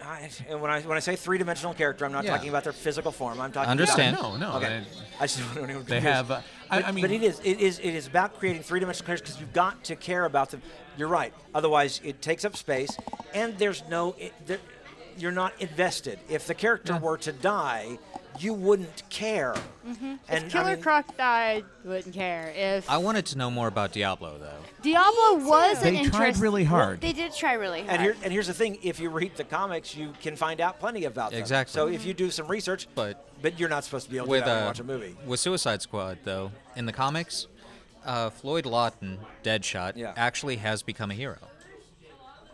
A: I, and when I when I say three dimensional character, I'm not
H: Yeah.
A: talking about their physical form. I'm talking.
H: Understand.
B: no, no.
A: Okay.
B: they-
A: I just don't want anyone
B: They
A: confused.
B: have. Uh, I,
A: But,
B: I mean,
A: but it is it is it is about creating three dimensional characters because you've got to care about them. You're right. Otherwise, it takes up space, and there's no. It, there, you're not invested. If the character were to die, you wouldn't care. Mm-hmm. And I
D: If Killer
A: mean-
D: Croc died, wouldn't care. If
H: I wanted to know more about Diablo, though.
D: Diablo was an
B: they tried
D: interest-
B: really hard.
C: They did try really hard.
A: And, here, and here's the thing: if you read the comics, you can find out plenty about them.
H: Exactly.
A: So if you do some research,
H: But-
A: but you're not supposed to be able to
H: With
A: do that when
H: uh,
A: you watch a movie.
H: with Suicide Squad, though, in the comics, uh, Floyd Lawton, Deadshot,
A: Yeah.
H: actually has become a hero.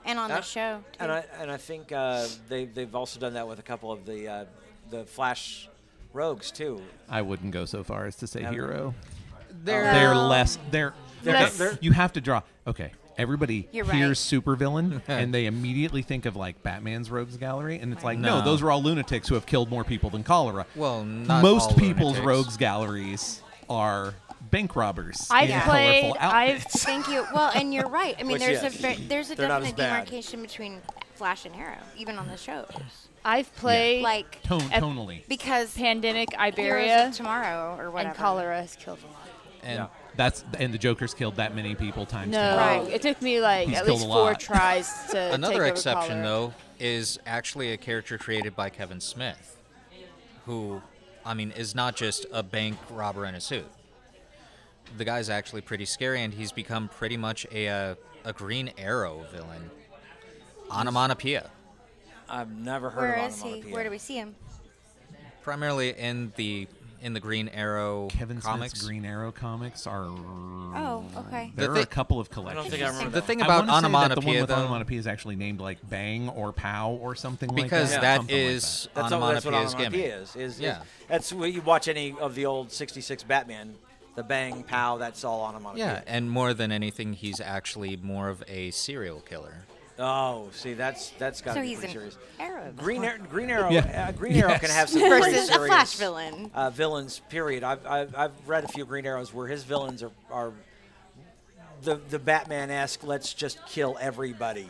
C: and on
A: Uh,
C: the show. too.
A: And I and I think uh, they they've also done that with a couple of the uh, the Flash rogues too.
B: I wouldn't go so far as to say
A: Yeah.
B: hero.
H: They're
B: They're less. They're.
A: They're-
B: okay,
A: they're-
B: you have to draw. Okay. Everybody
C: You're right.
B: hears supervillain and they immediately think of like Batman's Rogues Gallery, and it's like, no,
H: No.
B: those are all lunatics who have killed more people than cholera.
H: Well, not
B: most
H: all
B: people's
H: lunatics.
B: Rogues Galleries are bank robbers.
D: I've
B: in
D: played.
B: colorful
D: I've
B: outfits.
C: Thank you. Well, and you're right. I mean,
A: Which,
C: there's
A: yes,
C: a ver- there's a
A: they're not as
C: definite
A: bad.
C: demarcation between Flash and Arrow, even on the shows.
D: I've played
C: Like
B: Tone,
D: Ep-
B: tonally.
C: because
D: pandemic
C: Heroes
D: Iberia
C: of Tomorrow or whatever.
D: and cholera has killed a lot.
H: And
B: That's and the Joker's killed that many people times.
D: No,
B: ten.
C: Right.
D: it took me like
B: He's
D: at
B: killed
D: least
B: a
D: four
B: lot.
D: tries to. take
H: Another
D: over
H: exception,
D: cholera.
H: though, is actually a character created by Kevin Smith, who, I mean, is not just a bank robber in a suit. The guy's actually pretty scary, and he's become pretty much a uh, a Green Arrow villain, onomatopoeia.
A: I've never heard
C: Where
A: of
C: is
A: him on
C: he?
A: a PA.
C: Where do we see him?
H: primarily in the in the Green Arrow
B: Kevin
H: comics.
B: Smith's Green Arrow comics are.
C: Oh, okay.
B: There
H: The
B: are
H: thi-
B: a couple of collections.
A: think I remember
H: The
A: that
H: thing
B: I wanna
H: about
B: say that
H: onomatopoeia,
B: the one with
H: though,
B: onomatopoeia is actually named like bang or pow or something
H: because
B: like that.
H: that
B: something like
H: is
A: That's, all, that's what
H: onomatopoeia's
A: onomatopoeia
H: gimmick.
A: is. is, is
H: Yeah.
A: that's where you watch any of the old '66 Batman, the bang pow. That's all onomatopoeia.
H: Yeah, and more than anything, he's actually more of a serial killer.
A: Oh, see, that's that's got to
C: So
A: be
C: he's
A: pretty
C: an
A: serious.
C: arrow.
A: Green, Ar- Green Arrow,
B: Yeah.
A: uh, Green Arrow can
B: Yes.
A: have some pretty
C: Versus a
A: serious
C: Flash villain.
A: uh, villains. Period. I've, I've I've read a few Green Arrows where his villains are are the the Batman esque. Let's just kill everybody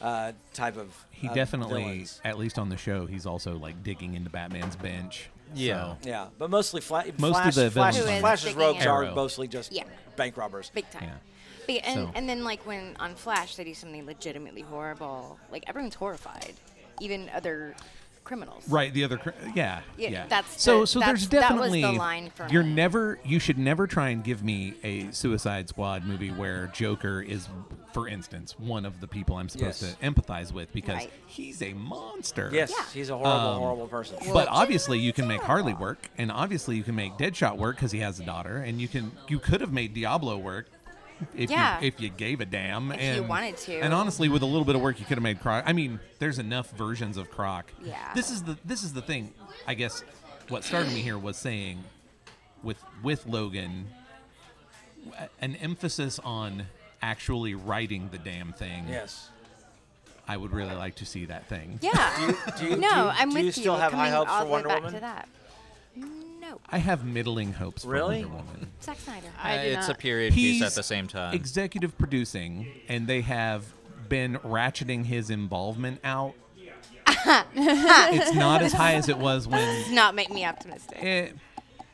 A: uh, type of.
B: He
A: uh,
B: definitely,
A: villains.
B: at least on the show, he's also like digging into Batman's bench.
H: Yeah.
B: So-
A: Yeah, but mostly Fla-
B: Most
A: Flash.
B: of the
A: Flash,
B: villains
C: Who is
A: Flash's
C: digging
A: rogues
C: in.
A: are
B: Arrow.
A: mostly just
C: Yeah.
A: bank robbers.
C: Big time.
B: Yeah.
C: But, yeah, and,
B: So-
C: and then like when on Flash they do something legitimately horrible, like everyone's horrified, even other criminals.
B: Right, the other, cr- yeah,
C: Yeah,
B: yeah.
C: that's
B: so.
C: the-
B: so
C: that's-
B: there's
C: that was the
B: definitely
C: line for
B: you're
C: me.
B: never, you should never try and give me a Suicide Squad movie where Joker is, for instance, one of the people I'm supposed
A: Yes.
B: to empathize with because
C: Right.
B: he's a monster.
A: Yes,
C: Yeah.
A: he's a horrible,
B: Um,
A: horrible person.
B: But obviously, you can make Harley work, and obviously, you can make Deadshot work because he has a daughter, and you can you could have made Diablo work if
C: Yeah.
B: you if you gave a damn
C: If
B: and
C: you wanted to.
B: And honestly, with a little bit of work, you could have made Croc. I mean, there's enough versions of Croc.
C: Yeah.
B: This is the this is the thing. I guess what started me here was saying with with Logan a- an emphasis on actually writing the damn thing.
A: yes.
B: I would really like to see that thing.
C: Yeah.
A: Do you,
C: no,
A: do you,
C: I'm
A: do
C: with
A: you still have
C: coming
A: high hopes for
C: all the way
A: Wonder
C: back
A: Woman?
C: to that. No,
B: I have middling hopes for
A: Really?
B: Wonder Woman.
C: Zack Snyder.
D: I
H: Uh,
D: do
H: it's a
D: not.
H: period piece at
B: He's
H: the same time.
B: Executive producing, and they have been ratcheting his involvement out. it's not as high as it was
C: Does
B: when.
C: not make me optimistic.
B: Eh,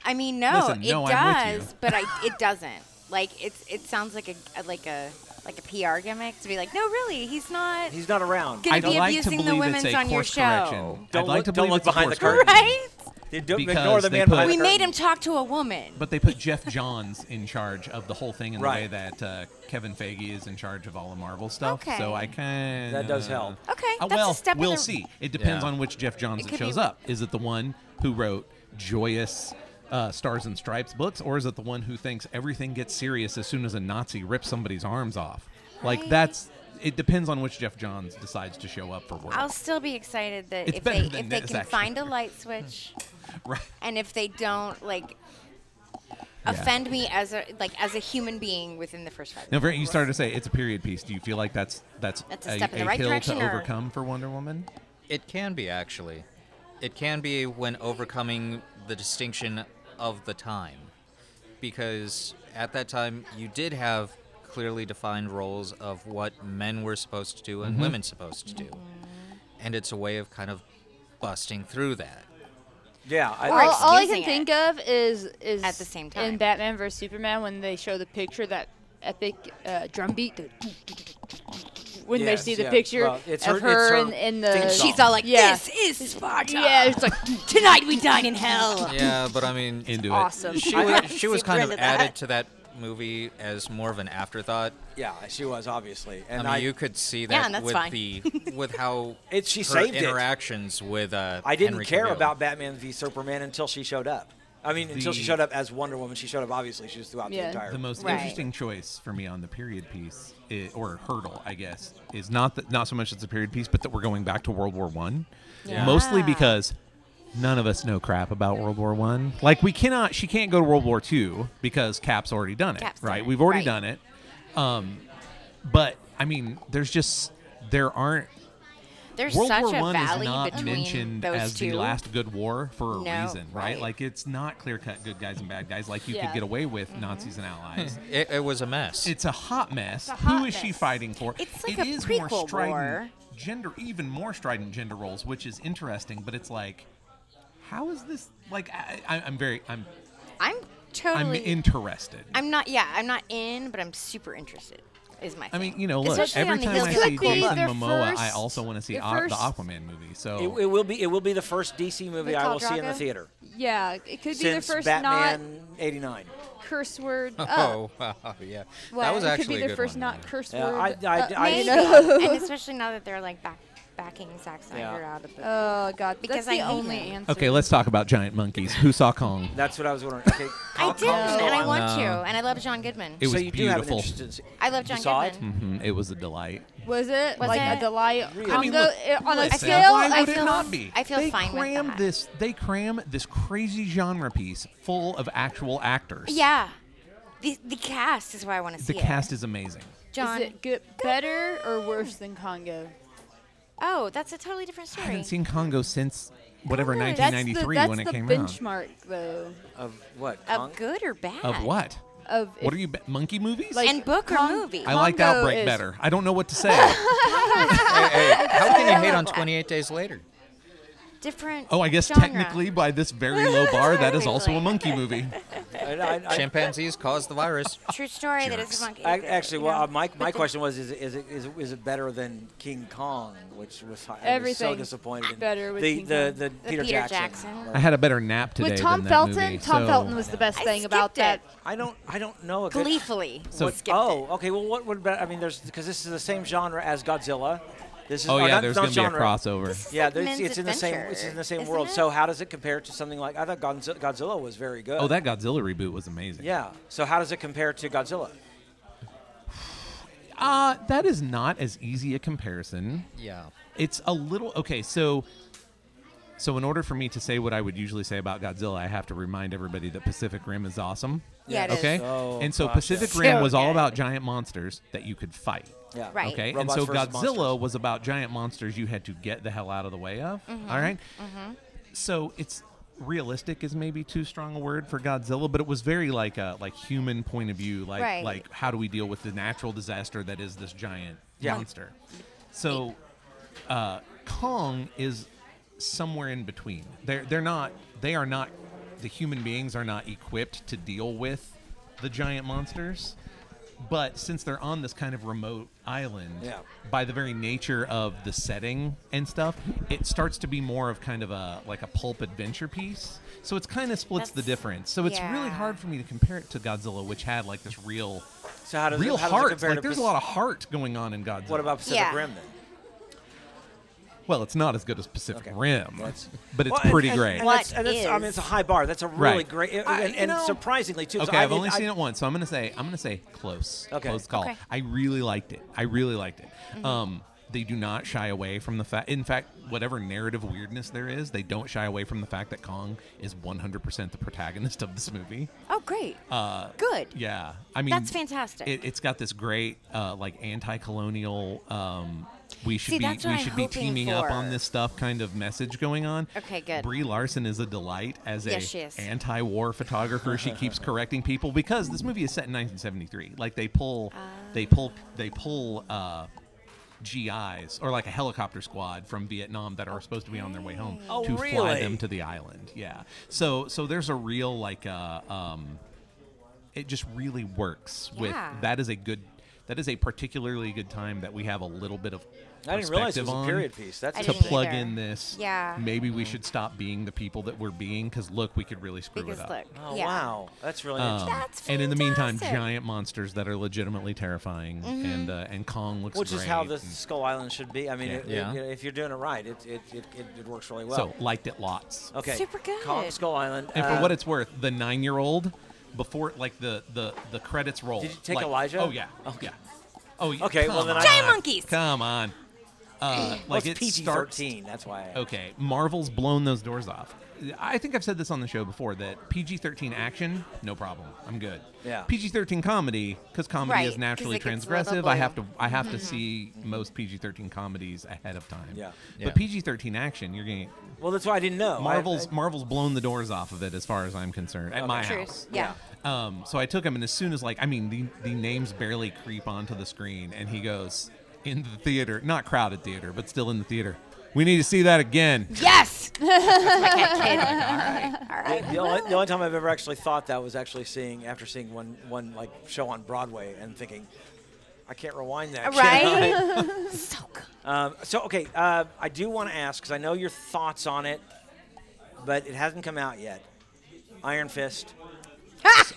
C: I mean, no,
B: Listen,
C: it
B: no, I'm with
C: does,
B: you.
C: but I it doesn't. Like it's it sounds like a like a like a PR gimmick to be like, no, really, he's not.
A: He's not around.
C: Gonna
B: I'd
A: Don't-
C: be
B: like to
C: abusing the
B: believe it's
C: women's
B: a
C: on your
B: course
C: show.
B: correction.
A: Don't
B: I'd like
A: look-
B: to
A: don't
B: believe
A: look
B: it's a
A: behind
B: course
A: the curtain.
B: correction.
C: right?
A: They don't
B: Because
A: ignore the
B: they
A: man behind
B: put-
A: the
C: We made
A: curtain.
C: him talk to a woman.
B: uh, But they put Jeff Johns in charge of the whole thing in
A: Right.
B: the way that uh, Kevin Feige is in charge of all the Marvel stuff.
C: Okay.
B: So I kind
A: That does help.
C: Okay,
B: Uh,
C: that's a
B: well,
C: step in
B: we'll
C: the-
B: see. It depends
H: Yeah.
B: on which Jeff Johns
C: It
B: it
C: could
B: shows
C: be-
B: up. Is it the one who wrote joyous uh, Stars and Stripes books, or is it the one who thinks everything gets serious as soon as a Nazi rips somebody's arms off? Like
C: Right.
B: that's. It depends on which Jeff Johns decides to show up for work.
C: I'll still be excited that
B: It's
C: if
B: better
C: they
B: than
C: if they
B: this,
C: can
B: actually.
C: find a light switch,
B: right.
C: and if they don't like offend me as a like as a human being within the first five.
B: Now, Brent, you started to say it's a period piece. Do you feel like that's that's,
C: That's a step in the right
B: hill
C: direction,
B: to
C: or-
B: overcome for Wonder Woman?
H: It can be actually. It can be when overcoming the distinction of the time. Because at that time you did have clearly defined roles of what men were supposed to do
A: Mm-hmm.
H: and women supposed to do. And it's a way of kind of busting through that.
A: Yeah. I,
C: Or
D: all, all I can
C: excusing
D: think
C: it.
D: of is is
C: At the same time.
D: in Batman vs Superman when they show the picture that epic uh, drum beat. the When
A: Yes,
D: they see the
A: yeah.
D: picture
A: Well, it's
D: of
A: her- it's
D: her,
A: her
D: in, in the,
A: theme song.
F: She's all like,
D: yeah.
F: this is Sparta.
D: yeah, it's like
F: Tonight we dine in hell.
H: Yeah, but I mean
B: Into
D: awesome.
H: she
A: I
H: was,
A: haven't
H: she was
C: seen
H: kind of
C: Brenda that.
H: added to that movie as more of an afterthought.
A: yeah, she was obviously,
H: I
A: and
H: mean,
A: I,
H: you could see
C: Yeah,
H: that
C: and that's
H: with
C: fine.
H: the with how
A: It- she
H: her
A: saved it.
H: interactions with uh.
A: I didn't
H: Henry
A: care
H: Cavill.
A: about Batman v Superman until she showed up. I mean, until she
B: The-
A: showed up as Wonder Woman. She showed up obviously. She was throughout the
D: Yeah.
A: entire.
B: The most
C: Right.
B: interesting choice for me on the period piece, i or hurdle, I guess, is not that not so much it's a period piece, but that we're going back to World War One, mostly because none of us know crap about World War One. Like we cannot, she can't go to World War Two because Cap's already done it,
C: Cap's done
B: right?
C: it,
B: We've already
C: right.
B: done it. Um, but I mean, there's just there aren't
C: There's
B: World
C: such
B: War
C: a
B: One is
C: valley
B: not
C: between
B: mentioned
C: those
B: as
C: two.
B: the last good war for a
C: No,
B: reason, right?
C: right.
B: Like it's not clear cut good guys and bad guys like you
D: Yeah.
B: could get away with
C: Mm-hmm.
B: Nazis and allies.
H: It, it was a mess.
B: It's a hot mess. Who
D: hot
B: is she
D: mess.
B: fighting for?
C: It's like
B: It
C: a
B: is
C: prequel
B: more strident
C: war.
B: gender, even more strident gender roles, which is interesting. But it's like, how is this? Like, I, I, I'm very, I'm,
C: I'm totally.
B: I'm interested.
C: I'm not. Yeah, I'm not in, but I'm super interested. Is my.
B: I
C: thing.
B: mean, you know, look.
C: Especially on
B: every
C: the
B: time
C: heels
B: I
C: of the
B: see
C: cool
B: Jason
D: book.
B: Momoa, I
D: Their
B: also want to see
D: first-
B: Aqu-
D: their
B: the
D: first-
B: Aquaman movie.
A: it,
B: So
A: it will be. It will be the first DC movie I
C: call
A: will see in the
C: Drago?
A: theater
D: yeah, it could be their
A: since
D: first not
A: Batman '89.
D: curse word. Uh,
H: oh wow, yeah.
D: well,
H: that was
D: it
H: actually
D: could be
H: a
D: their
H: good
D: first
H: one,
D: not
H: yeah.
D: curse
A: Yeah,
D: word.
A: I- I-
D: uh,
A: I-
D: you
C: Maybe.
D: know?
C: and especially now that they're like back backing Zack Snyder out of the.
D: Oh God,
C: Because
D: that's the
C: I hate
D: only
C: him.
D: answer.
B: Okay, let's talk about giant monkeys. Who saw Kong?
A: That's what I was wondering. Okay,
C: I
A: Kong-
C: didn't,
A: Kong still
C: and I
A: on.
C: want
B: Oh, No.
C: to, and I love John Goodman.
B: It was
A: so you do have an
B: beautiful.
A: interest in. se-
C: I love John
A: you saw it?
C: Goodman.
B: Mhm, It was a delight.
D: Was it
C: Was
D: like
C: it-
D: a delight?
A: Really?
D: On,
A: I mean,
D: the,
B: look,
D: it- eh, on a
B: listen,
D: scale,
B: why
D: I
B: would it
D: feel
B: not be?
C: I feel
B: they
C: fine with
B: cram
C: that.
B: this. They cram this crazy genre piece full of actual actors.
C: Yeah, the the cast is where I want to
B: the
C: see
B: cast is amazing.
C: it. John.
D: Is it good, better or worse than Congo?
C: oh, that's a totally different
B: I
C: story.
B: haven't seen Congo since whatever
C: That's the-
D: That's the
B: 1993
D: that's
B: when it
D: the
B: came out.
D: benchmark though
A: Of what? Kong?
C: Of good or bad?
B: Of what?
D: of
B: What are
D: if-
B: you be- monkey movies?
D: Like-
C: And book or
D: Kong-
C: movie?
B: I liked
D: Congo
B: Outbreak
D: is-
B: better. I don't know what to say.
H: Hey, hey, how can you hate on 28 Days Later?
C: different.
B: oh, I guess
C: genre.
B: technically by this very low bar, that is also a
C: Totally.
B: monkey movie.
A: I, I- I-
H: Chimpanzees caused the virus.
C: True story. That is
H: Jerks.
C: a monkey.
A: I-
C: that-
A: actually,
C: you
A: well,
C: know.
A: uh, my, my
C: But the-
A: question was: is it, is, it, is, it, is it better than King Kong, which was hi- I was so
D: Everything
A: disappointed in
D: better with
A: the,
D: King
A: the,
D: Kong.
A: the Peter,
C: Peter
A: Jackson.
C: Jackson.
B: I had a better nap today
D: with Tom
B: than that
D: Felton?
B: movie,
D: Tom
B: so-
D: Felton was the best
C: I
D: thing about that.
C: skipped it.
A: I don't I don't know. if it-
C: Gleefully.
A: What,
C: skipped
A: oh,
C: it.
A: okay. Well, what would be, I mean? There's because this is the same genre as Godzilla. This is
B: Oh
A: or
B: yeah,
A: not-
B: there's
A: not
B: gonna be a
A: genre.
B: crossover.
A: Yeah,
C: like
A: there's-
C: men's
A: it's in the same it's
C: adventure,
A: in the same
C: isn't
A: world.
C: it?
A: So how does it compare to something like I thought Gonzo- Godzilla was very good.
B: Oh, that Godzilla reboot was amazing.
A: Yeah. So how does it compare to Godzilla?
B: Uh, that is not as easy a comparison.
H: Yeah.
B: It's a little okay. So, so in order for me to say what I would usually say about Godzilla, I have to remind everybody that Pacific Rim is awesome.
C: Yeah, it is.
B: Okay,
A: Oh,
B: and so
A: gosh,
B: Pacific
C: yeah.
B: Rim
C: So
B: was all
C: good.
B: about giant monsters that you could fight.
A: Yeah.
C: Right.
B: Okay,
A: Robots
B: and so
A: versus
B: Godzilla
A: monsters.
B: was about giant monsters you had to get the hell out of the way of.
C: Mm-hmm.
B: all right? So it's realistic is maybe too strong a word for Godzilla, but it was very like a like human point of view, like
C: Right.
B: like how do we deal with the natural disaster that is this giant
A: Yeah.
B: monster. So uh, Kong is somewhere in between. They're they're not they are not the human beings are not equipped to deal with the giant monsters. But since they're on this kind of remote island,
A: Yeah.
B: by the very nature of the setting and stuff, it starts to be more of kind of a like a pulp adventure piece. So it's kind of splits the
C: That's-
B: difference. So it's really
C: yeah.
B: hard for me to compare it to Godzilla, which had like this real,
A: So how does
B: real
A: it, how Does it
B: heart.
A: compare
B: Like
A: to
B: there's a
A: Pac-
B: lot of heart going on in Godzilla.
A: What about Pacific
C: Yeah.
A: Rim then?
B: Well, it's not as good as Pacific
A: Okay.
B: Rim,
A: That's-
B: but it's
A: Well,
B: pretty
A: and,
B: great.
A: And,
C: What
A: that's, and that's, I mean,
C: is-
A: it's a high bar. That's a really
B: Right.
A: great, and,
B: I-
A: and,
B: you know-
A: surprisingly too. 'cause
B: okay,
A: I
B: I've
A: did-
B: only
A: I-
B: seen it once, so I'm gonna say I'm gonna say close.
A: Okay. Mm-hmm.
B: Close call.
C: Okay.
B: I really liked it. I really liked it. Um, they do not shy away from the fact. In fact, whatever narrative weirdness there is, they don't shy away from the fact that Kong is 100% the protagonist of this movie.
C: Oh, great. Good.
B: Uh, Yeah, I mean
C: That's fantastic.
B: It, it's got this great uh, like anti-colonial. Um, we should
C: See,
B: be
C: that's what
B: we
C: I'm
B: should be
C: hoping
B: teaming up on
C: for.
B: this stuff kind of message going on.
C: Okay, good.
B: Brie Larson is a delight as
C: Yes, she
B: a
C: is.
B: anti-war photographer. she keeps correcting people because this movie is set in 1973. Like they pull they pull they pull. Uh, GIs or like a helicopter squad from Vietnam that are supposed to be on their way home
A: Oh,
B: to fly
A: really?
B: them to the island. Yeah. So so there's a real like uh, um, it just really works with
C: Yeah.
B: that is a good that is a particularly good time that we have a little bit of
A: I didn't realize it
B: perspective
A: was a
B: on
A: period piece. That's
C: I
B: to
C: didn't
A: interesting.
B: plug
C: either.
B: in this
C: Yeah.
B: maybe we should stop being the people that we're being because look we could really screw
C: Because
B: it up
C: look.
A: Oh
C: e-, yeah.
A: wow, that's really
B: Um,
A: interesting.
C: That's
B: and in the meantime
C: fantastic. Mm-hmm.
B: giant monsters that are legitimately terrifying and uh, and kong looks
A: Which
B: great
A: is how the
B: and-
A: Skull Island should be. I mean,
B: Yeah.
A: It,
H: Yeah.
A: it- if you're doing it right, it it, it, it, it works really well.
B: so liked it lots
A: okay,
C: Super good.
A: Kong Skull Island.
B: And
A: uh,
B: for what it's worth, the nine-year-old before like the the the credits roll.
A: Did you take
B: like-
A: Elijah?
B: Oh yeah. Oh yeah. Oh yeah.
A: Okay, well,
B: come
A: then I-
B: on.
A: Giant
C: monkeys!
B: Come on. Uh,
A: well,
B: like
A: it's
B: it
A: PG
B: starts.
A: thirteen. That's why. I,
B: Okay, Marvel's blown those doors off. I think I've said this on the show before that PG-13 action, no problem. I'm good.
A: Yeah.
B: PG-13 comedy, because comedy
C: Right,
B: is
C: 'cause
B: naturally
C: it gets Mm-hmm. a little
B: transgressive. I have to
C: blue.
B: I have to see most PG-13 comedies ahead of time.
A: Yeah.
H: Yeah.
B: But PG-13 action, you're getting
A: Well, that's why I didn't know. I-
B: Marvel's
A: I- Oh,
B: Marvel's blown the doors off of it as far as I'm concerned at my
C: True.
B: house.
C: Yeah.
B: Um, so I took him, and as soon as like I mean the the names barely creep onto the screen, and he goes in the theater, not crowded theater, but still in the theater. We need to see that again.
C: Yes.
A: the, the only, the only time I've ever actually thought that was actually seeing after seeing one one like show on Broadway and thinking, I can't rewind that. can
C: Right?
A: I?"
C: so good.
A: Um, so okay, uh, I do want to ask because I know your thoughts on it, but it hasn't come out yet. Iron Fist.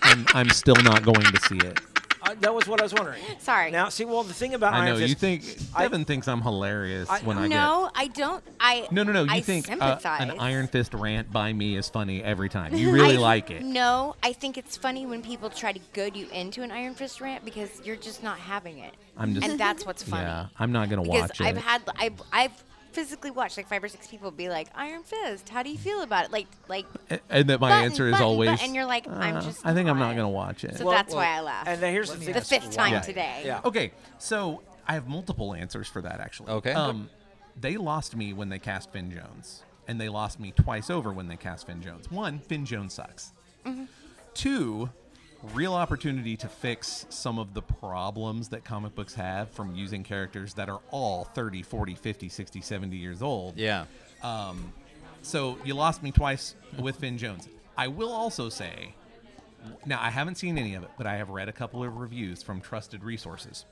B: I'm, I'm still not going to see
A: I,
B: it.
A: Uh, that was what I was wondering.
C: Sorry.
A: Now, see, well, the thing about
B: I
A: Iron
B: know you
A: Fist-
B: think
A: I-
B: Devin thinks I'm hilarious
A: I-
B: when I get.
C: no, I don't. I
B: No, no, no. You
C: I
B: think uh,
C: sympathize.
B: an Iron Fist rant by me is funny every time. You really
C: I-
B: like it.
C: No, I think it's funny when people try to goad you into an Iron Fist rant because you're just not having it.
B: I'm just-
C: and that's what's funny.
B: Yeah, I'm not gonna
C: because
B: watch
C: I've
B: it.
C: had I've, I've physically watched like five or six people be like Iron Fist. How do you feel about it? Like like
B: A- and that my
C: button,
B: answer is
C: button,
B: always.
C: button, and you're like, I'm
B: "Uh,
C: just
B: I think I'm
C: not."
B: not gonna watch it.
C: So that's why I laugh.
A: And then here's the thing.
C: the fifth time
B: Yeah.
C: today.
A: Yeah.
B: Okay, so I have multiple answers for that actually.
H: Okay.
B: Um, they lost me when they cast Finn Jones, and they lost me twice over when they cast Finn Jones. One, Finn Jones sucks. Two, real opportunity to fix some of the problems that comic books have from using characters that are all 30, 40, 50, 60, 70 years old.
H: Yeah.
B: So you lost me twice with Finn Jones. I will also say, now I haven't seen any of it, but I have read a couple of reviews from trusted resources.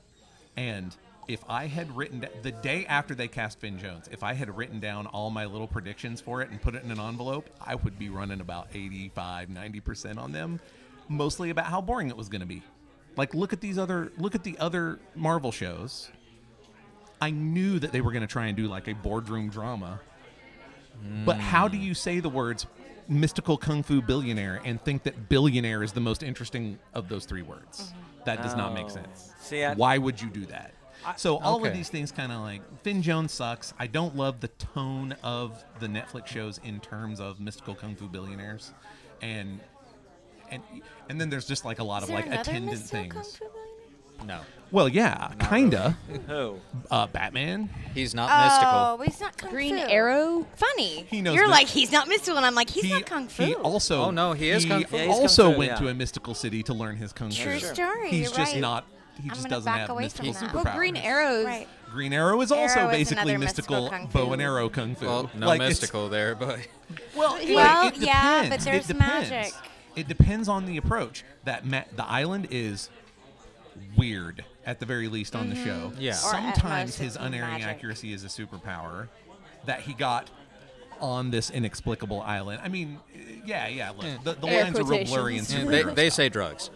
B: And if I had written d- the day after they cast Finn Jones, if I had written down all my little predictions for it and put it in an envelope, I would be running about 85, 90% on them, mostly about how boring it was going to be. Like look at these other look at the other Marvel shows. I knew that they were going to try and do like a boardroom drama but how do you say the words mystical kung fu billionaire and think that billionaire is the most interesting of those three words? That does not make
A: Oh.
B: sense.
A: See, I-
B: Why would you do that? so all of
H: okay.
B: these things kind of like Finn Jones sucks. I don't love the tone of the Netflix shows in terms of mystical kung fu billionaires, and and and then there's just like a lot of
C: Is there
B: like
C: another
B: attendant
C: Mr. Kung
B: things.
C: Fu Billionaire?
H: No.
B: Well, yeah, kinda.
A: Who?
B: Uh, Batman.
H: He's not
C: Oh,
H: mystical.
C: but he's not kung
D: Green
C: fu.
D: Arrow.
C: Funny.
B: He knows
C: You're
B: my-
C: like he's not mystical, and I'm like he's not kung fu.
B: He also.
H: Oh, no, he is kung fu.
A: Yeah, he's kung
B: also
A: fu,
B: went
A: yeah.
B: to a mystical city to learn his kung
C: True
B: fu.
C: Sure. story,
B: He's
C: you're
B: just
C: right.
B: not. He
C: I'm
B: just
C: gonna
B: doesn't
C: back
B: have
C: away from
B: mystical superpowers.
C: that. Well,
D: Well, Green Arrows.
C: Right.
B: Green Arrow is also
C: Arrow is
B: basically
C: another mystical
B: mystical,
C: kung
B: bow
C: fu.
B: and arrow kung fu.
H: Well, no
B: Like, it's-
H: mystical there, but
B: Well, it-
C: Well,
B: it
C: yeah, but
B: depends.
C: there's
B: it depends.
C: magic.
B: It depends on the approach. That ma- the island is weird at the very least on the show.
H: Yeah. Or at
B: Sometimes
C: Mm-hmm. most
B: his
C: it's
B: unerring
C: magic.
B: accuracy is a superpower that he got on this inexplicable island. I mean, yeah, yeah. Look, the, the
D: Air
B: lines are real blurry and
D: quotations.
B: super.
H: they, they say drugs.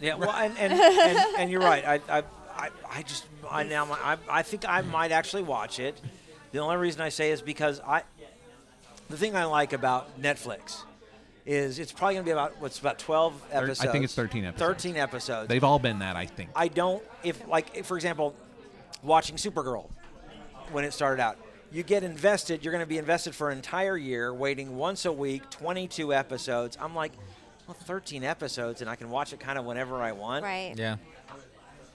A: Yeah. Well, and and, and, and you're right. I I, I, I just I now my, I I think I might actually watch it. The only reason I say is because I the thing I like about Netflix is it's probably going to be about what's about 12
B: think
A: episodes.
B: it's 13 episodes.
A: 13 episodes.
B: They've all been that, I think.
A: I don't if like for example, watching Supergirl when it started out. You get invested. You're going to be invested for an entire year, waiting once a week, 22 episodes. I'm like, well, 13 episodes, and I can watch it kind of whenever I want.
C: Right.
H: Yeah.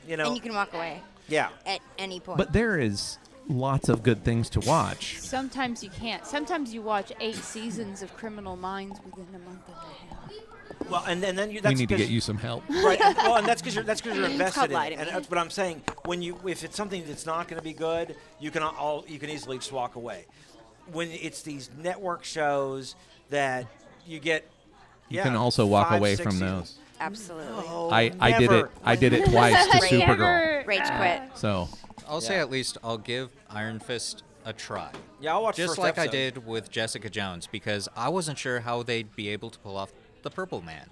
A: You know.
C: And you can walk away
A: yeah.
C: at any point.
B: But there is lots of good things to watch.
D: Sometimes you can't. Sometimes you watch eight seasons of Criminal Minds within a month and a half.
A: Well, and, and then you. That's
B: we need to
A: 'cause-
B: get you some help.
A: Right. and- well, and that's because you're that's because you're
C: called
A: invested in
C: lie
A: it.
C: to
A: And
C: me.
A: that's what I'm saying. When you if it's something that's not going to be good, you can all you can easily just walk away. When it's these network shows that you get,
B: You
A: yeah,
B: can also walk
A: five,
B: away
A: six
B: from
A: seasons.
B: those.
C: Absolutely.
A: Oh,
B: I, I did
A: never.
B: it. I did it twice to
C: Right.
B: Supergirl.
C: Rage quit.
B: So
H: I'll say
A: Yeah.
H: at least I'll give Iron Fist a try.
A: Yeah, I'll watch the
H: Just
A: first
H: like I
A: episode.
H: did with Jessica Jones because I wasn't sure how they'd be able to pull off the Purple Man,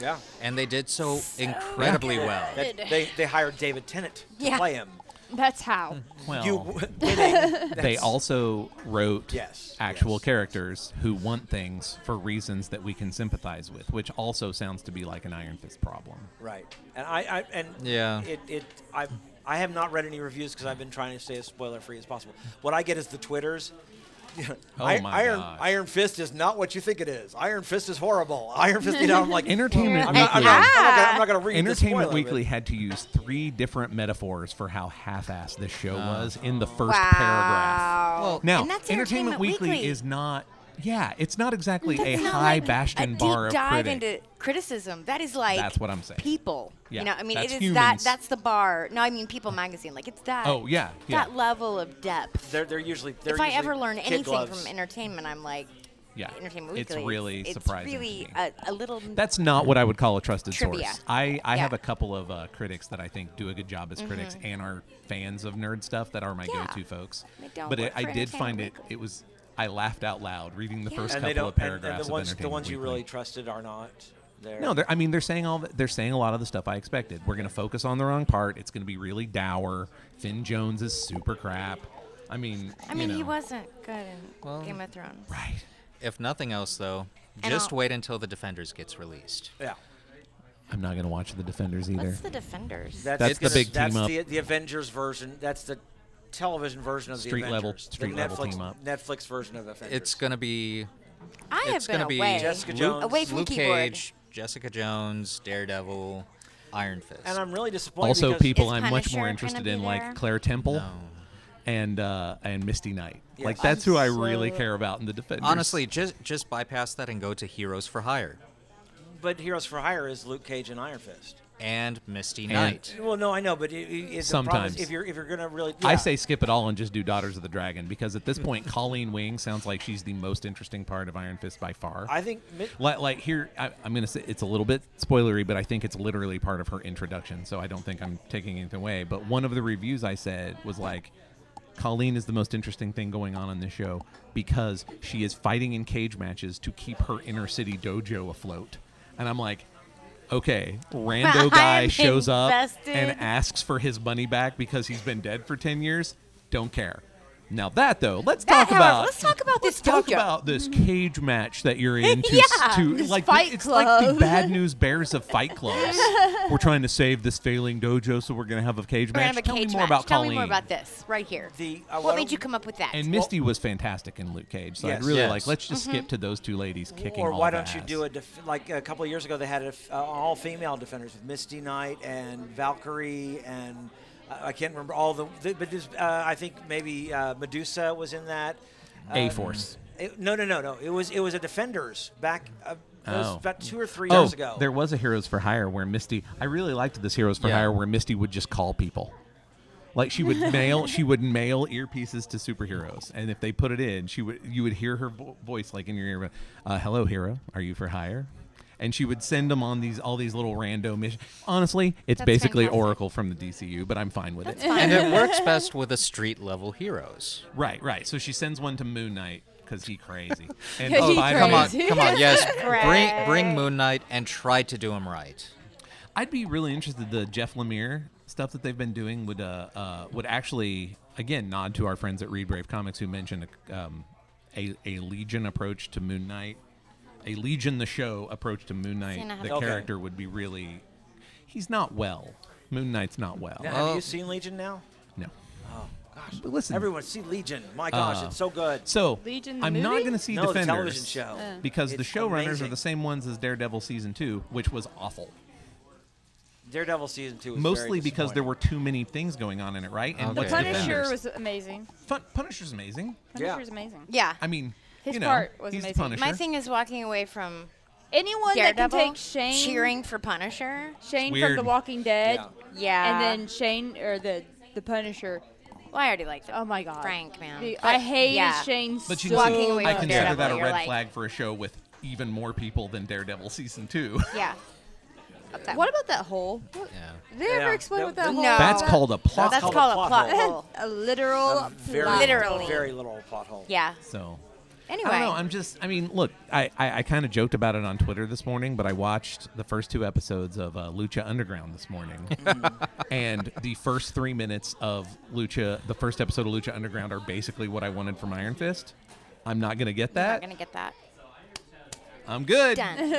A: Yeah.
H: and they did so, incredibly well.
A: That- they, they hired David Tennant to
C: Yeah.
A: play him.
D: That's how.
B: well,
A: You they,
B: they also wrote
A: Yes,
B: actual
A: yes.
B: characters who want things for reasons that we can sympathize with, which also sounds to be like an Iron Fist problem.
A: right. And I, I and
H: Yeah.
A: It it I I have not read any reviews because I've been trying to stay as spoiler free as possible. What I get is the twitters.
B: Oh
A: I-
B: my
A: Iron
B: gosh.
A: Iron Fist is not what you think it is. Iron Fist is horrible. Iron Fist, you know, I'm like
B: Entertainment
A: I'm not, I'm
B: Weekly.
A: not- I'm not gonna- I'm not going to read this
B: Entertainment
A: spoiler,
B: Weekly
A: but-
B: had to use three different metaphors for how half-assed this show was in the first paragraph.
C: Wow.
H: Well,
B: Now,
C: And that's
B: Entertainment,
C: Entertainment
B: Weekly,
C: Weekly.
B: is not. Yeah, it's not exactly
C: That's
B: a
C: not
B: high
C: like
B: bastion
C: a deep
B: bar of
C: dive
B: critic.
C: into criticism. That is like
B: That's what I'm saying.
C: People.
B: Yeah,
C: You know, I mean,
B: that's
C: it is that.
B: humans.
C: That's the bar. No, I mean People magazine. Like it's that.
B: oh yeah, yeah,
C: That level of depth.
A: They're, they're usually they're
C: if I
A: usually
C: ever learn
A: kid
C: anything
A: gloves.
C: from entertainment, I'm like,
B: yeah.
C: Entertainment Weekly.
B: it's
C: is-
B: really
C: it's
B: surprising. to
C: really
B: me.
C: a, a little.
B: That's not what I would call a trusted
C: Trivia.
B: source. I, I
C: Yeah. Mm-hmm.
B: have a couple of uh, critics that I think do a good job as critics and are fans of nerd stuff that are my
C: Yeah.
B: go-to folks.
C: They don't
B: but
C: work
B: it, I
C: for
B: did find it.
C: Entertainment Weekly.
B: It was I laughed out loud reading the first
A: and they
B: couple
A: don't
B: of
A: and-
B: paragraphs
A: and, the ones
B: of
A: the ones you
B: Entertainment
A: really
B: Weekly.
A: trusted are not. there.
B: No, they're, I mean they're saying all the, they're saying a lot of the stuff I expected. We're gonna focus on the wrong part. It's gonna be really dour. Finn Jones is super crap. I mean,
C: I mean,
B: you know.
C: he wasn't good in
H: Well-
C: Game of Thrones.
B: right.
H: If nothing else, though,
C: And
H: just
C: I'll-
H: wait until the Defenders gets released.
A: yeah.
B: I'm not gonna watch the Defenders either.
C: What's the Defenders?
B: That's the big
A: that's
B: team up.
A: The, the Avengers version. That's the television version of
B: Street
A: the
B: level-
A: Avengers.
B: street
A: the Netflix,
B: level team up.
A: Netflix version of Avengers.
H: It's gonna be
C: I have
H: it's
C: been
H: gonna be
C: away.
A: Jessica
H: Luke-
A: Jones.
C: Away from
H: Luke
C: keyboard.
H: Cage, Jessica Jones, Daredevil, Iron Fist.
A: and I'm really disappointed.
B: also,
A: because-
B: people
C: Is
B: I'm much
C: Punisher
B: more
C: gonna
B: interested
C: be
B: in,
C: there?
B: like Claire Temple,
H: No.
B: and uh, and Misty Knight.
A: Yeah.
B: Like that's who I really care about in the Defenders.
H: Honestly, just just bypass that and go to Heroes for Hire
A: But Heroes for Hire is Luke Cage and Iron Fist.
H: and Misty
B: And-
H: Knight.
A: Well, no, I know, but it, it, it's the problem is
B: Sometimes.
A: if you're if you're gonna really,
B: I
A: yeah.
B: say skip it all and just do Daughters of the Dragon because at this point, Colleen Wing sounds like she's the most interesting part of Iron Fist by far.
A: I think mi-
B: like, like here, I, I'm gonna say it's a little bit spoilery, but I think it's literally part of her introduction, so I don't think I'm taking anything away. But one of the reviews I said was like, Colleen is the most interesting thing going on in this show because she is fighting in cage matches to keep her inner city dojo afloat, and I'm like. Okay, rando
C: I'm
B: guy shows up and
C: invested.
B: asks for his money back because he's been dead for 10 years, don't care. Now that though, let's
C: That,
B: talk
C: however,
B: about
C: let's talk about
B: let's
C: this
B: talk
C: dojo.
B: about this cage match that you're into
C: Yeah,
B: to
D: this
B: like
D: fight
B: it's like the
D: club.
B: bad news bears of fight clubs. we're trying to save this failing dojo so we're going to have a cage
C: We're
B: match.
C: gonna have a
B: Tell
C: cage
B: me more
C: match.
B: about
C: Tell
B: Colleen.
C: me more about this right here.
A: the uh, I
C: what
A: wanna-
C: made you come up with that?
B: And Misty was fantastic in Luke Cage. So
A: Yes.
B: I'd really
H: Yes.
B: like let's just
C: Mm-hmm.
B: skip to those two ladies kicking
A: Or
B: all
A: why
B: of
A: don't you
B: ass.
A: do a def- like a couple of years ago they had a f- uh, all female defenders with Misty Knight and Valkyrie and uh, I can't remember all the, the but this, uh, I think maybe uh, Medusa was in that. um,
B: A Force?
A: It- no, no, no, no. It was it was a defenders back uh, those-
B: Oh.
A: about two or three
B: Oh,
A: years ago.
B: there was a Heroes for Hire where Misty. I really liked this Heroes for
H: Yeah.
B: Hire where Misty would just call people. Like she would mail, she would mail earpieces to superheroes, and if they put it in, she would you would hear her vo- voice like in your ear, uh, "Hello, hero, are you for hire?" And she would send them on these all these little rando missions. Honestly, it's
C: That's
B: basically
C: fantastic.
B: Oracle from the DCU, but I'm fine with it.
H: and it works best with the street level heroes.
B: Right, right. So she sends one to Moon Knight because he crazy. And oh,
D: He
B: by the
D: crazy.
H: Come on,
D: Crazy.
H: come on, yes. Bring bring Moon Knight and try to do him right.
B: I'd be really interested. The Jeff Lemire stuff that they've been doing would uh, uh would actually again nod to our friends at Read Brave Comics who mentioned a, um, a a Legion approach to Moon Knight, a Legion the show approach to Moon Knight.
C: Seen a-
B: The
A: Okay.
B: character would be really. He's not well. Moon Knight's not well.
A: Now, have
H: Oh.
A: you seen Legion now?
B: No.
A: Oh, Gosh,
B: But listen.
A: everyone see Legion. My gosh,
B: Uh,
A: it's so good.
B: So
D: Legion the
B: I'm not
D: movie?
B: going to see
A: no, the
B: Defenders
A: television show.
C: Uh,
B: because the
A: It's
B: showrunners are
A: amazing.
B: the same ones as Daredevil season two, which was awful.
A: Daredevil season two. Was very
B: Mostly because there
A: disappointing.
B: were too many things going on in it, right? And
H: Okay.
D: The
B: what's
H: The
D: Punisher
B: Defenders?
D: was amazing.
B: Fun- Punisher's amazing.
A: Yeah.
D: Punisher's amazing.
C: yeah.
B: I mean,
D: His
B: you know,
D: part was
B: he's the
D: amazing.
B: Punisher.
C: My thing is walking away from
D: Anyone Oh, that
C: Daredevil
D: can take Shane,
C: cheering for Punisher.
D: Shane from
B: Weird.
D: The Walking Dead,
A: Yeah.
C: Yeah.
D: and then Shane or the the Punisher.
C: well, I already liked
D: Oh
C: it.
D: my God,
C: Frank, man.
D: The-
C: But,
D: I hated
C: yeah.
D: Shane.
B: but you
D: so
B: know,
C: Walking away
B: I
C: from
B: consider that a
C: Daredevil,
B: red
C: you're like-
B: flag for a show with even more people than Daredevil season two.
C: Yeah. Up that
D: What about that hole?
H: Yeah.
D: Did they ever
A: Yeah.
D: explain
A: That-
D: what that
C: No.
D: hole?
B: That's
C: Oh.
B: called a plot.
A: That's
C: That's
B: hole.
A: called a
C: called a
A: plot
C: plot
D: That had
C: hole.
D: a literal
A: A very
D: plot.
C: Literal.
A: little,
C: Literally.
A: very little plot hole.
C: Yeah.
B: so.
C: Anyway.
B: I don't know. I'm just. I mean, look. I I, I kind of joked about it on Twitter this morning, but I watched the first two episodes of uh, Lucha Underground this morning, and the first three minutes of Lucha, the first episode of Lucha Underground, are basically what I wanted from Iron Fist. I'm not gonna get
C: I'm not
B: that.
C: gonna get that.
B: I'm good.
C: Done.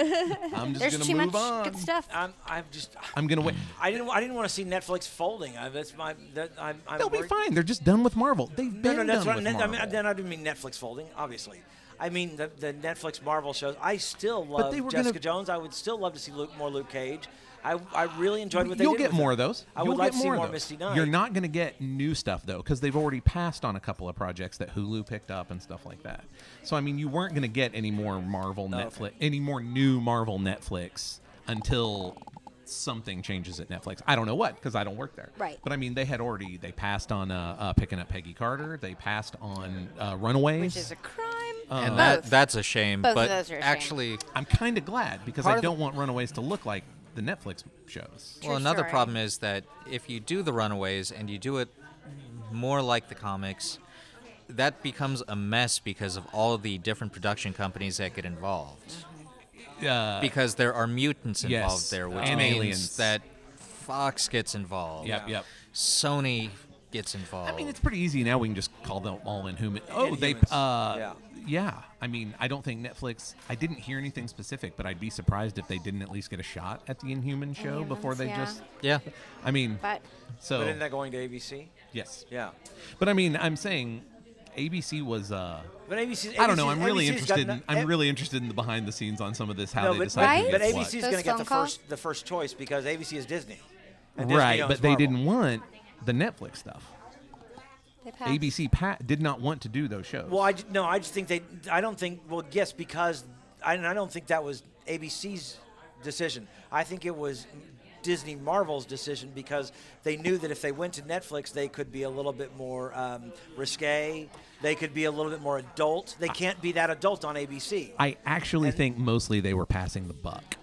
B: I'm just
C: There's
B: gonna
C: too
B: move
C: much
B: on.
C: good stuff.
A: I'm, I'm just.
B: I'm gonna wait.
A: I didn't. I didn't want to see Netflix folding. I, that's my. That, I'm, I'm
B: They'll be
A: worried-
B: fine. They're just done with Marvel. They've
A: No,
B: been
A: no, that's
B: done
A: what I
B: with
A: meant. I
B: Marvel.
A: mean, then I didn't mean Netflix folding, obviously. I mean the, the Netflix Marvel shows. I still love
B: they were gonna-
A: Jessica Jones. I would still love to see Luke, more Luke Cage. I, I really enjoyed what they
B: You'll
A: did
B: get
A: with
B: more
A: it.
B: of those.
A: I
B: You'll
A: would like
B: get
A: to see
B: more of
A: more
B: those.
A: Misty Knight.
B: You're not going to get new stuff though, because they've already passed on a couple of projects that Hulu picked up and stuff like that. So I mean, you weren't going to get any more Marvel
A: okay.
B: Netflix, any more new Marvel Netflix until something changes at Netflix. I don't know what because I don't work there.
C: Right.
B: But I mean, they had already they passed on uh, uh, picking up Peggy Carter. They passed on uh, Runaways.
C: Which is a crime.
B: Um,
H: And that
C: Both.
H: that's a shame.
C: Both of
H: but
C: those are a shame.
H: actually
B: I'm kind of glad because
H: Part
B: I
H: of the-
B: don't want Runaways to look like the Netflix shows.
H: Well, another
C: story.
H: problem is that if you do the Runaways and you do it more like the comics, that becomes a mess because of all the different production companies that get involved.
B: Uh,
H: because there are mutants
B: yes,
H: involved there, which
B: and
H: means
B: aliens.
H: that Fox gets involved.
B: Yep, yep.
H: Sony gets involved.
B: I
A: Oh.
B: mean, it's pretty easy now. We can just call them all inhuman. Oh, they.
A: Inhumans.
B: Uh, yeah.
A: Yeah.
B: I mean, I don't think Netflix. I didn't hear anything specific, but I'd be surprised if they didn't at least get a shot at the Inhuman show before
C: Inhumans,
B: they
C: yeah.
B: just.
H: yeah.
B: I mean,
C: But
B: so
A: But isn't that going to ABC?
B: yes,
A: Yeah.
B: but I mean, I'm saying, ABC was. Uh,
A: But ABC.
B: I don't know. I'm
A: ABC's
B: really
A: ABC's got
B: interested. In,
A: no-
B: I'm
A: eh,
B: really interested in the behind the scenes on some of this. How
A: no,
B: they
A: but,
B: decide.
A: But,
B: who
A: but
B: gets
A: ABC's
B: what.
A: going to get
C: Those
A: the
C: phone calls?
A: first the first choice because ABC is Disney. And Disney
B: right,
A: owns
B: but they
A: Marvel.
B: didn't want the Netflix stuff.
C: they passed.
B: ABC Pat did not want to do those shows.
A: Well, I ju- no, I just think they. I don't think. Well, yes, because I, and I don't think that was ABC's decision. I think it was Disney Marvel's decision because they knew that if they went to Netflix, they could be a little bit more um, risque. They could be a little bit more adult. They can't be that adult on ABC.
B: I actually think mostly they were passing the buck,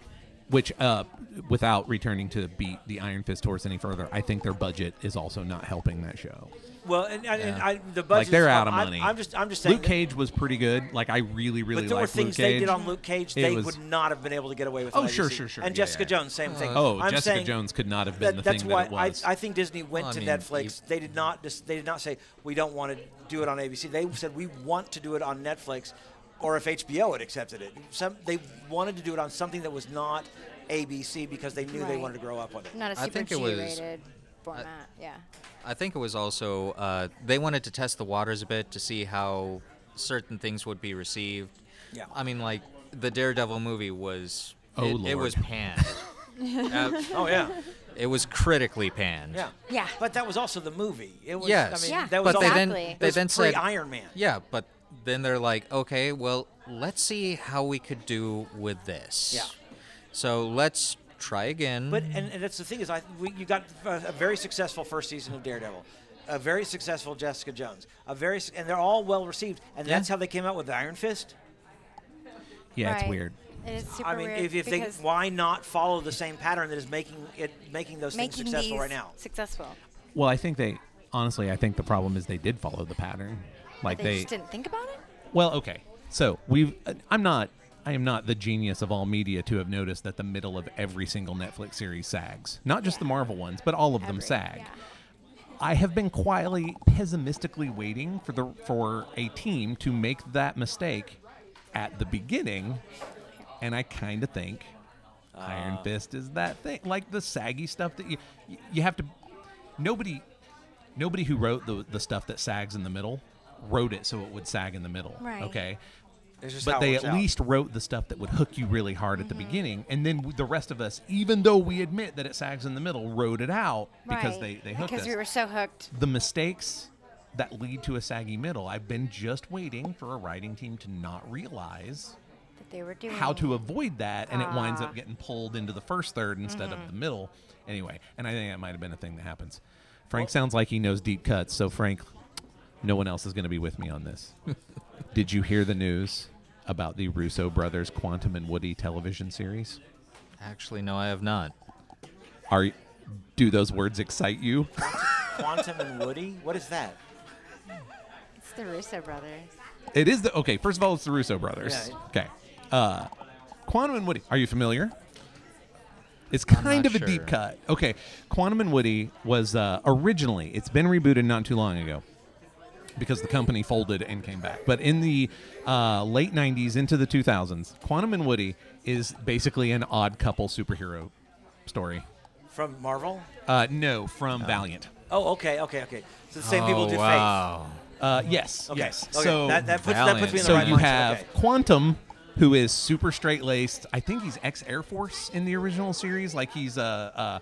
B: which, uh, without returning to beat the Iron Fist horse any further, I think their budget is also not helping that show.
A: well, and, and, and
B: Yeah.
A: I, the budget.
B: like they're out of money.
A: I'm, just. I'm just saying.
B: Luke
A: that-
B: Cage was pretty good. Like I really, really
A: But there were
B: liked
A: things
B: Luke Cage.
A: they did on Luke Cage
B: It
A: they
B: was-
A: would not have been able to get away with.
B: Oh,
A: on
B: sure,
A: ABC.
B: sure, sure.
A: And
B: Yeah,
A: Jessica
B: yeah.
A: Jones, same thing.
B: Oh,
A: I'm
B: Jessica
A: saying
B: Jones could not have been
A: that-
B: the
A: that's
B: thing
A: why
B: that it was.
A: I, I think Disney went
H: Well, I
A: to
H: mean,
A: Netflix.
H: you-
A: They did not. Dis- they did not say we don't want to do it on ABC. They said we want to do it on Netflix, or if HBO had accepted it. Some they wanted to do it on something that was not ABC because they knew they
C: Right.
A: wanted to grow up on it.
C: Not a
H: I
C: super
H: think it was-
C: G-rated
B: uh,
C: format. yeah.
H: I think it was also uh, they wanted to test the waters a bit to see how certain things would be received.
A: Yeah.
H: I mean, like the Daredevil movie was.
B: Oh,
H: it, it was
B: Lord.
H: panned. Uh,
A: Oh yeah,
H: it was critically panned.
A: yeah,
C: Yeah.
A: But that was also the movie. It was.
H: Yes.
A: I mean,
C: Yeah,
A: that was
H: but
A: also,
H: they
C: Exactly.
H: then
A: it
H: they
A: was
H: then
A: pre
H: said
A: Iron Man.
H: Yeah, but then they're like, okay, well, let's see how we could do with this.
A: Yeah.
H: So let's try again.
A: But and, and that's the thing is, I we, you got a, a very successful first season of Daredevil, a very successful Jessica Jones, a very s- and they're all well received, and that's how they came out with Iron Fist.
B: yeah, it's
C: Right.
B: weird.
C: It is super
A: I mean,
C: weird
A: if, if they
C: because
A: why not follow the same pattern that is making it making those
C: making
A: things successful
C: these
A: right now?
C: successful.
B: Well, I think they honestly, I think the problem is they did follow the pattern. Like
C: They, just didn't think about it.
B: Well, okay. So we've. uh, I'm not. I am not the genius of all media to have noticed that the middle of every single Netflix series sags. Not just the Marvel ones, but all of them
C: Every-
B: sag.
C: yeah.
B: I have been quietly, pessimistically waiting for the for a team to make that mistake at the beginning, and I kind of think
A: Uh.
B: Iron Fist is that thing, like the saggy stuff that you you- you have to. Nobody, nobody who wrote the the stuff that sags in the middle wrote it so it would sag in the middle.
C: Right.
B: Okay.
A: It's just how
B: But
A: it
B: they
A: works
B: at
A: out.
B: least wrote the stuff that would hook you really hard at the
C: Mm-hmm.
B: beginning, and then w- the rest of us, even though we admit that it sags in the middle, wrote it out because they
C: Right.
B: they hooked us
C: Because we were so hooked.
B: the mistakes that lead to a saggy middle. I've been just waiting for a writing team to not realize
C: that they were doing.
B: how to avoid that, and it winds up getting pulled into the first third instead of the middle. Anyway, and I think that might have been a thing that happens. Frank sounds like he knows deep cuts, so Frank, no one else is going to be with me on this. Did you hear the news about the Russo brothers Quantum and Woody television series?
H: Actually, no, I have not.
B: Are do those words excite you?
A: Quantum and Woody, what is that?
C: It's the Russo brothers.
B: It is the okay. First of all, it's the Russo brothers.
A: Yeah.
B: Okay, uh, Quantum and Woody. Are you familiar? It's kind
H: not
B: of a deep
H: sure.
B: cut. Okay, Quantum and Woody was uh, originally. It's been rebooted not too long ago because the company folded and came back. But in the uh, late '90s into the 2000s, Quantum and Woody is basically an odd couple superhero story.
A: From Marvel?
B: Uh, no, from Valiant.
A: Oh, okay, okay, okay. So the same
H: Oh,
A: people did
B: Uh, yes,
A: Faith. Okay.
B: Oh, yes.
A: okay.
B: So
A: that, that, puts, that puts me in the
B: so
A: right
B: you
A: mindset.
B: have
A: Okay.
B: Quantum, who is super straight laced. I think he's ex Air Force in the original series. Like he's uh, uh,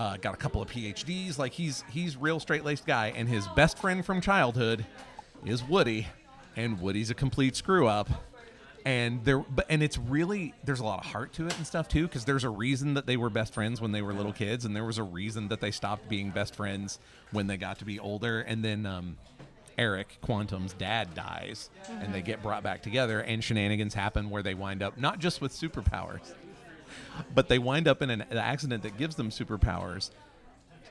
B: uh, got a couple of PhDs. Like he's he's real straight laced guy. And his best friend from childhood is Woody, and Woody's a complete screw up. And there, but and it's really there's a lot of heart to it and stuff too, because there's a reason that they were best friends when they were little kids, and there was a reason that they stopped being best friends when they got to be older. And then um, Eric Quantum's dad dies, and they get brought back together, and shenanigans happen where they wind up not just with superpowers, but they wind up in an, an accident that gives them superpowers.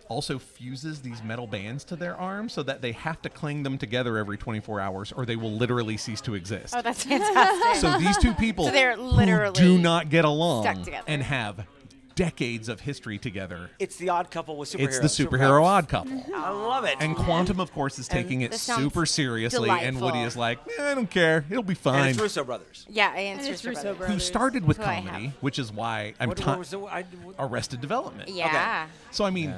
B: also fuses these metal bands to their arms so that they have to cling them together every 24 hours or they will literally cease to exist.
C: Oh, that's fantastic.
B: so these two people
C: So they're
B: who
C: literally
B: do not get along
C: stuck together.
B: and have decades of history together.
A: It's the odd couple with superheroes.
B: It's the superhero odd couple.
A: I love it.
B: And Quantum, of course, is taking it
C: Mm-hmm. this sounds
B: super seriously, and Woody
C: delightful.
B: is like, "Eh, I don't care. It'll be
A: And
B: fine.
A: it's Russo brothers.
C: yeah, and
D: And it's
C: it's
D: Russo
C: Russo
B: Who
D: Brothers.
C: Brothers.
B: started with
C: Who I have.
B: comedy, which is why I'm
A: What,
B: ti-
A: what was the, I, what-
B: Arrested Development.
C: Yeah. Mm-hmm.
B: So I mean,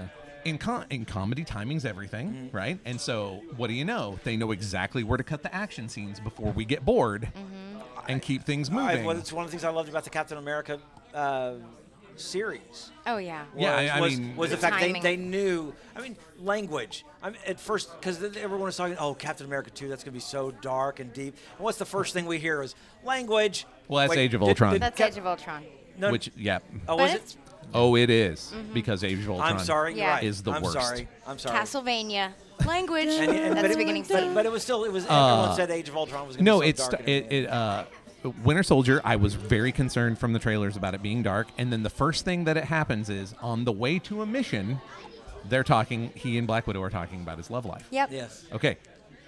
B: in com- in comedy, timing's everything, right? And so, what do you know? They know exactly where to cut the action scenes before we get bored,
C: Mm-hmm.
B: and keep things
A: I-
B: moving.
A: well, it's one of the things I loved about the Captain America uh, series.
C: Oh yeah.
B: Yeah, I-
A: was,
B: I
A: was,
B: mean-
A: was the
C: The
A: fact they,
C: timing.
A: they knew. I mean, language. I mean, at first, because everyone was talking, oh, Captain America 2, that's going to be so dark and deep. And what's the first thing we hear is language.
B: Well, that's
A: Wait,
B: Age of
A: did-
B: Ultron.
A: did
C: That's
A: Cap-
C: Age of Ultron.
A: no,
B: Which, yeah.
A: Oh,
C: But
A: was
C: it's
A: it?
B: Oh, it is, because Age of Ultron.
A: Mm-hmm. I'm sorry. You're
C: Yeah.
A: right.
B: is the
A: I'm
B: worst.
A: sorry. I'm sorry.
C: Castlevania language.
A: And- and-
C: That's
A: but
C: the
A: it-
C: beginning
A: but,
C: scene.
A: but it was still, it was, everyone said Age of Ultron was going to
B: Uh, No,
A: be so
B: it's
A: dark. and
B: it,
A: everything.
B: it uh Winter Soldier, I was very concerned from the trailers about it being dark, and then the first thing that it happens is on the way to a mission, they're talking he and Black Widow are talking about his love life.
C: yep.
A: yes.
B: Okay.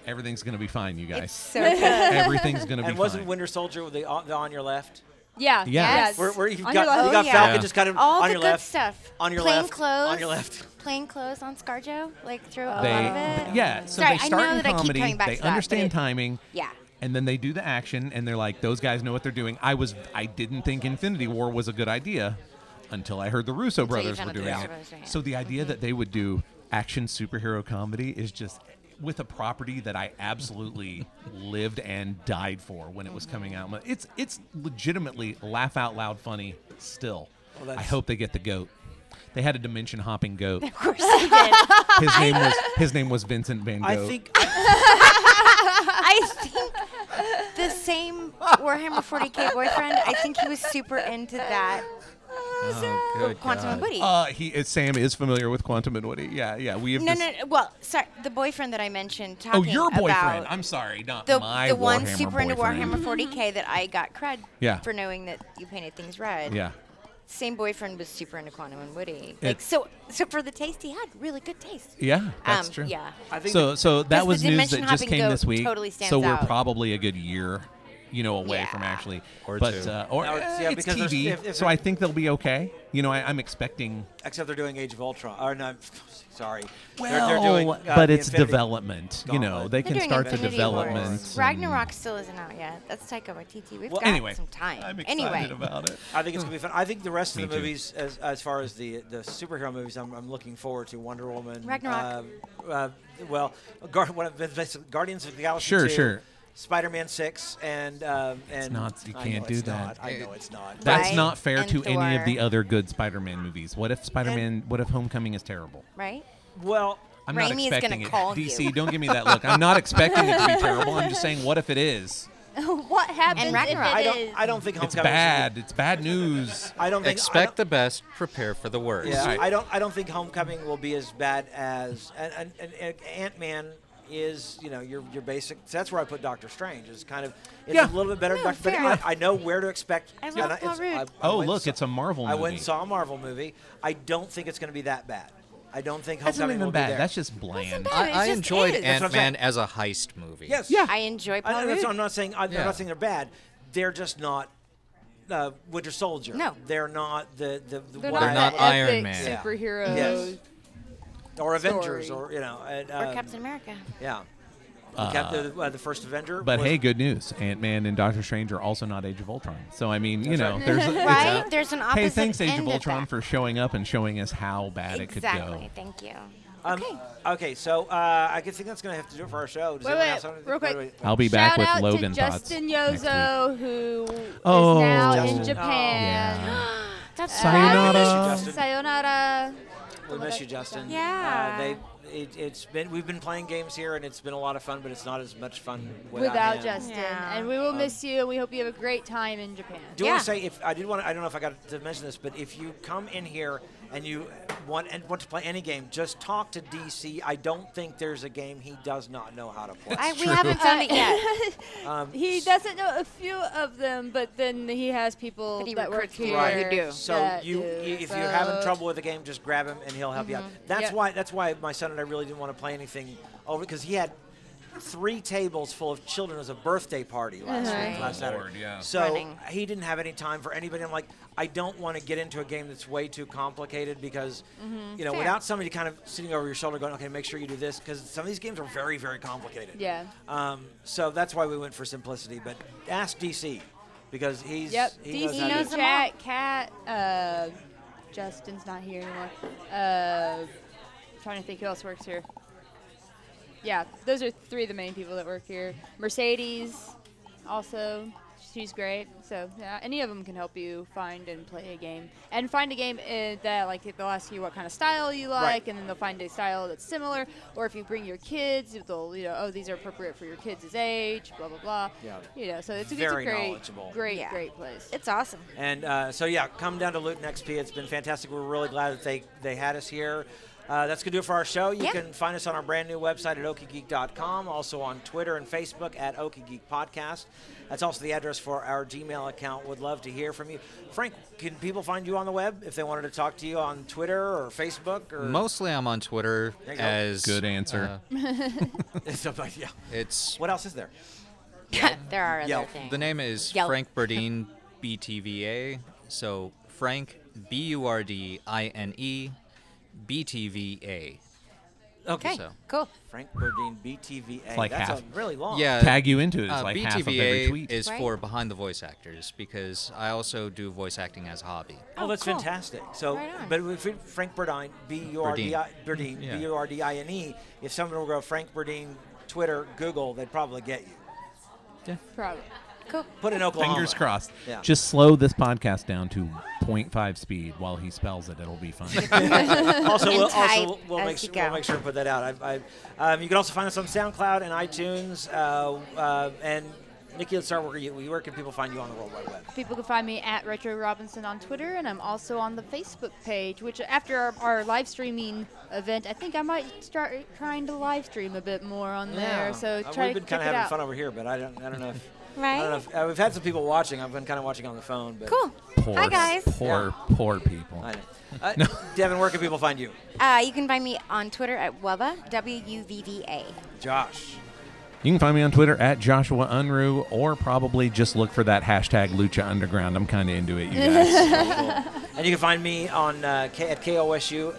B: Everything's going to be fine, you
C: It's
B: guys.
C: so good.
B: Everything's going to be
A: And wasn't
B: fine.
A: Winter Soldier the on, the on your left?
D: Yeah.
B: Yes.
A: Where, where you've
D: On
A: got,
D: your left.
A: you got
C: Oh, yeah.
A: Falcon
B: Yeah.
A: just kind of
C: All
A: on
C: the
A: your
C: good
A: left.
C: stuff.
A: On your
C: plain
A: left.
C: Clothes,
A: On your left.
C: Plain clothes on ScarJo, like through a
B: they
C: lot of it.
B: yeah, so
C: Sorry,
B: they
C: I
B: start
C: know
B: in
C: that I keep
B: comedy,
C: coming back
B: they
C: to that, but
B: understand
C: it-
B: timing.
C: Yeah.
B: And then they do the action and they're like those guys know what they're doing. I was I didn't think Infinity War was a good idea until I heard the Russo brothers
C: found
B: were
C: out the
B: doing
C: Russo
B: it.
C: brothers doing it.
B: So the idea that they would do action superhero comedy is just with a property that I absolutely lived and died for when it was coming out. It's it's legitimately laugh out loud funny still.
A: Well, that's-
B: I hope they get the goat. They had a dimension hopping goat.
C: Of course they did.
B: His name was his name was Vincent Van Gogh.
A: I think I,
C: I think the same Warhammer 40k boyfriend. I think he was super into that
H: Oh, good
C: Quantum
H: God.
C: and Woody.
B: Uh, he is, Sam is familiar with Quantum and Woody. Yeah, yeah. We have
C: no,
B: dis-
C: no, no. Well, sorry, the boyfriend that I mentioned
B: Oh,
C: talking
B: your boyfriend.
C: about
B: I'm sorry, not
C: the,
B: my
C: the one
B: Warhammer
C: super into
B: boyfriend.
C: Warhammer 40k that I got cred
B: Yeah.
C: for knowing that you painted things red.
B: Yeah,
C: Same boyfriend was super into Quantum and Woody.
B: It-
C: Like so, so for the taste he had, really good taste.
B: yeah, that's
C: um,
B: true.
C: Yeah.
A: I think
B: So, so that
C: the
B: was news
C: dimension
B: that just
C: hopping
B: came
C: goat
B: this week.
C: totally stands
B: so we're
C: out.
B: probably a good year, you know, away from
C: Yeah.
B: actually.
H: Or
B: but
H: two.
B: Uh, or
A: Now it's- yeah,
B: eh, it's
A: because there's-
B: TV,
A: if- if
B: so
A: it-
B: I think they'll be okay. You know, I, I'm expecting.
A: except they're doing Age of Ultron. Or no, sorry. They're-
B: Well,
A: they're doing, uh,
B: but
A: the
B: it's
A: Infinity-
B: development. You know,
A: Gauntlet.
B: they
C: They're
B: can
C: doing
B: start the
C: Infinity
B: development.
C: Wars.
B: and-
C: Ragnarok still isn't out yet. That's Taika Waititi. We've
A: Well,
C: got
B: Anyway,
C: some time.
B: I'm excited
C: anyway,
B: about it.
A: I think it's gonna be fun. I think the rest
B: Me
A: of the
B: too.
A: movies, as, as far as the the superhero movies, I'm, I'm looking forward to Wonder Woman,
C: Ragnarok.
A: Uh, uh, well, Gar- one of the basically Guardians of the Galaxy.
B: Sure,
A: 2,
B: sure.
A: Spider-Man Six, and um, and
B: not- you
A: I
B: can't
A: know
B: do
A: it's
B: that.
A: Not, I know it's not.
B: That's
C: Right.
B: not fair
C: And
B: to any of the
C: Thor.
B: other good Spider-Man movies. What if Spider-Man? What if Homecoming is terrible?
C: right?
A: well,
B: I'm
C: Raimi is
B: not
C: gonna
B: expecting it.
C: call
B: DC,
C: you.
B: don't give me that look. I'm not expecting it to be terrible. I'm just saying, what if it is?
D: what happens
C: And Ragnarok.
D: if it
A: I don't.
D: is-
A: I don't think
B: It's
A: Homecoming.
B: bad. It's bad news.
A: I don't think. I don't,
H: Expect the best, prepare for the worst.
A: Yeah,
B: Right.
A: I don't. I don't think Homecoming will be as bad as and, and, and, Ant Man is. You know, your your basic. So that's where I put Doctor Strange. Is kind of it's
B: Yeah.
A: a little bit better. than
C: No,
A: Doctor,
C: fair
A: but
C: enough.
A: I, I know where to expect.
C: I love
A: and
C: Paul
A: it's-
C: Rudd.
B: Oh,
A: went
B: look,
A: saw-
B: it's a Marvel
A: I went
B: movie.
A: and saw a Marvel movie. I don't think it's going to be that bad. I don't think
B: That's not
A: Homecoming
B: even
A: will be
B: bad.
A: there.
B: That's just bland.
C: bad.
H: I,
C: It
H: I
C: just
H: enjoyed
C: is.
A: That's what I'm
H: Ant
A: saying.
H: Man as a heist movie.
A: yes.
B: Yeah.
C: I enjoy Paul
A: I, that's what
C: Rudd.
A: I'm not saying. I,
H: Yeah.
A: am not saying they're bad. They're just not. Uh, Winter Soldier.
C: No.
A: they're not the the, the
D: They're
A: what I-
D: not,
H: not
D: that
H: Iron
D: epic
H: Man.
A: Yeah.
D: superhero.
A: Yes. or Avengers
D: story.
A: or you know and,
C: Or
A: um,
C: Captain America.
A: Yeah. The Cap- the, uh, the first Avenger.
B: But
A: was-
B: hey, good news. Ant Man and Doctor Strange are also not Age of Ultron. So I mean, you
A: That's right.
B: know, there's a, it's
C: Right?
B: a-
C: There's an opposite
B: hey, thanks Age
C: end
B: of
C: of
B: Ultron
C: that.
B: for showing up and showing us how bad it could
C: exactly.
B: go.
C: Thank you.
A: um,
C: okay.
A: Okay, so uh, I could think that's going to have to do it for our show. Does
D: Wait,
A: anyone
D: wait,
A: else have anything-
D: real quick.
A: wait, wait, wait.
B: I'll be back
D: Shout
B: with
D: out
B: Logan
D: to
B: thoughts.
D: Justin
B: next week.
D: Yozo, who is
B: Oh,
D: now
A: Justin.
D: in Japan.
B: Yeah.
C: That's
B: Sayonara.
A: Justin.
D: Sayonara.
A: We miss you, Justin.
C: Yeah.
A: Uh, they it, it's been we've been playing games here and it's been a lot of fun, but it's not as much fun without,
D: without
A: him. Um,
D: Justin.
G: Yeah.
D: And we will miss you, and we hope you have a great time in Japan.
A: Do
G: Yeah.
A: want to say if I did want to, I don't know if I got to mention this, but if you come in here and you want and want to play any game, just talk to DC. I don't think there's a game he does not know how to play.
G: I, we haven't found it yet.
A: Um,
D: He doesn't know a few of them, but then he has people
C: But he
D: that work
C: recruits people
D: here.
A: Right.
C: who do.
A: So
D: that
A: you,
D: do.
A: if
D: So-
A: you're having trouble with a game, just grab him and he'll help you out. That's
D: Yep.
A: why. That's why my son and I really didn't want to play anything over because he had three tables full of children. It was a birthday party last week, last Saturday.
I: Lord, yeah.
A: So
C: Running.
A: he didn't have any time for anybody. I'm like, I don't want to get into a game that's way too complicated because, you know,
C: Fair.
A: without somebody kind of sitting over your shoulder going, okay, make sure you do this because some of these games are very, very complicated.
D: Yeah.
A: Um, so that's why we went for simplicity. But ask DC because he's
D: Yep.
A: he knows
D: DC
A: how to-
D: knows Jack, Cat, uh, Justin's not here anymore. Uh, trying to think who else works here. Yeah, those are three of the main people that work here. Mercedes, also, she's great. So yeah, any of them can help you find and play a game, and find a game uh, that like they'll ask you what kind of style you like, and then they'll find a style that's similar. Or if you bring your kids, they'll you know oh these are appropriate for your kids' age, blah blah blah.
A: Yeah.
D: You know, so it's, it's
A: Very
D: a
A: knowledgeable.
D: great, great,
G: Yeah.
D: great place.
G: It's awesome.
A: And uh, so, yeah, come down to Luton XP. It's been fantastic. We're really glad that they, they had us here. Uh, that's going to do it for our show. You
G: Yeah.
A: can find us on our brand new website at okiegeek.com, also on Twitter and Facebook at Okiegeek Podcast. That's also the address for our Gmail account. Would love to hear from you. Frank, can people find you on the web if they wanted to talk to you on Twitter or Facebook? Or
H: Mostly I'm on Twitter
A: There you go.
H: as
B: Good answer.
H: uh,
A: Something- yeah.
H: it's
A: What else is there?
C: there are other
A: Yelp.
C: things.
H: the name is
C: Yelp.
H: Frank Burdine BTVA. So Frank B U R D I N E B T V A.
A: Okay.
H: So
C: Cool.
A: Frank Burdine, BTVA.
B: It's like
A: that's
B: half.
A: A really long.
H: yeah,
B: Tag you into it. It's
H: uh,
B: like
H: BTVA
B: half of every tweet.
H: is
C: Right.
H: for behind the voice actors because I also do voice acting as a hobby.
A: Oh, that's
C: cool.
A: fantastic. So,
C: Right on.
A: but if it- Frank Burdine, B U R D I Burdine,
H: Yeah.
A: B U R D I N E. If someone were to go Frank Burdine, Twitter, Google, they'd probably get you.
D: Probably.
A: Put in Oklahoma.
B: Fingers crossed.
A: Yeah.
B: Just slow this podcast down to 0.5 speed while he spells it. It'll be fine.
A: Also,
C: And
A: we'll, also
C: type
A: we'll, we'll
C: as
A: make
C: you
A: sure, we'll
C: go.
A: make sure and put that out. I, I, um, you can also find us on SoundCloud and iTunes. Uh, uh, and Nikki, let's start. Where, you, where can people find you on the World Wide Web?
D: People can find me at Retro Robinson on Twitter, and I'm also on the Facebook page. Which after our, our live streaming event, I think I might start trying to live stream a bit more on there. So
A: Uh,
D: try
A: we've been kind
D: to check
A: of
D: it
A: having
D: out.
A: fun over here, but I don't, I don't know if. I don't know
G: Right?
A: if, uh, we've had some people watching. I've been kind of watching on the phone, but
G: Cool.
B: poor,
G: Hi, guys.
B: Poor, poor people.
A: I know. Uh, Devin, where can people find you?
G: Uh, you can find me on Twitter at Wubba, W U V V A.
A: Josh.
B: You can find me on Twitter at Joshua Unruh, or probably just look for that hashtag Lucha Underground. I'm kind of into it, you guys.
A: And you can find me on uh, K- at KOSU,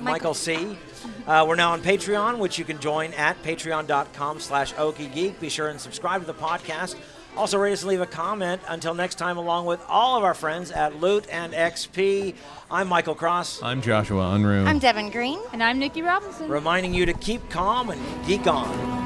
A: Michael, C. Uh, we're now on Patreon, which you can join at patreon.com slash okiegeek. Be sure and subscribe to the podcast. Also, rate us and leave a comment. Until next time, along with all of our friends at Loot and XP, I'm Michael Cross,
B: I'm Joshua Unruh.
G: I'm Devin Green.
D: And I'm Nikki Robinson.
A: reminding you to keep calm and geek on.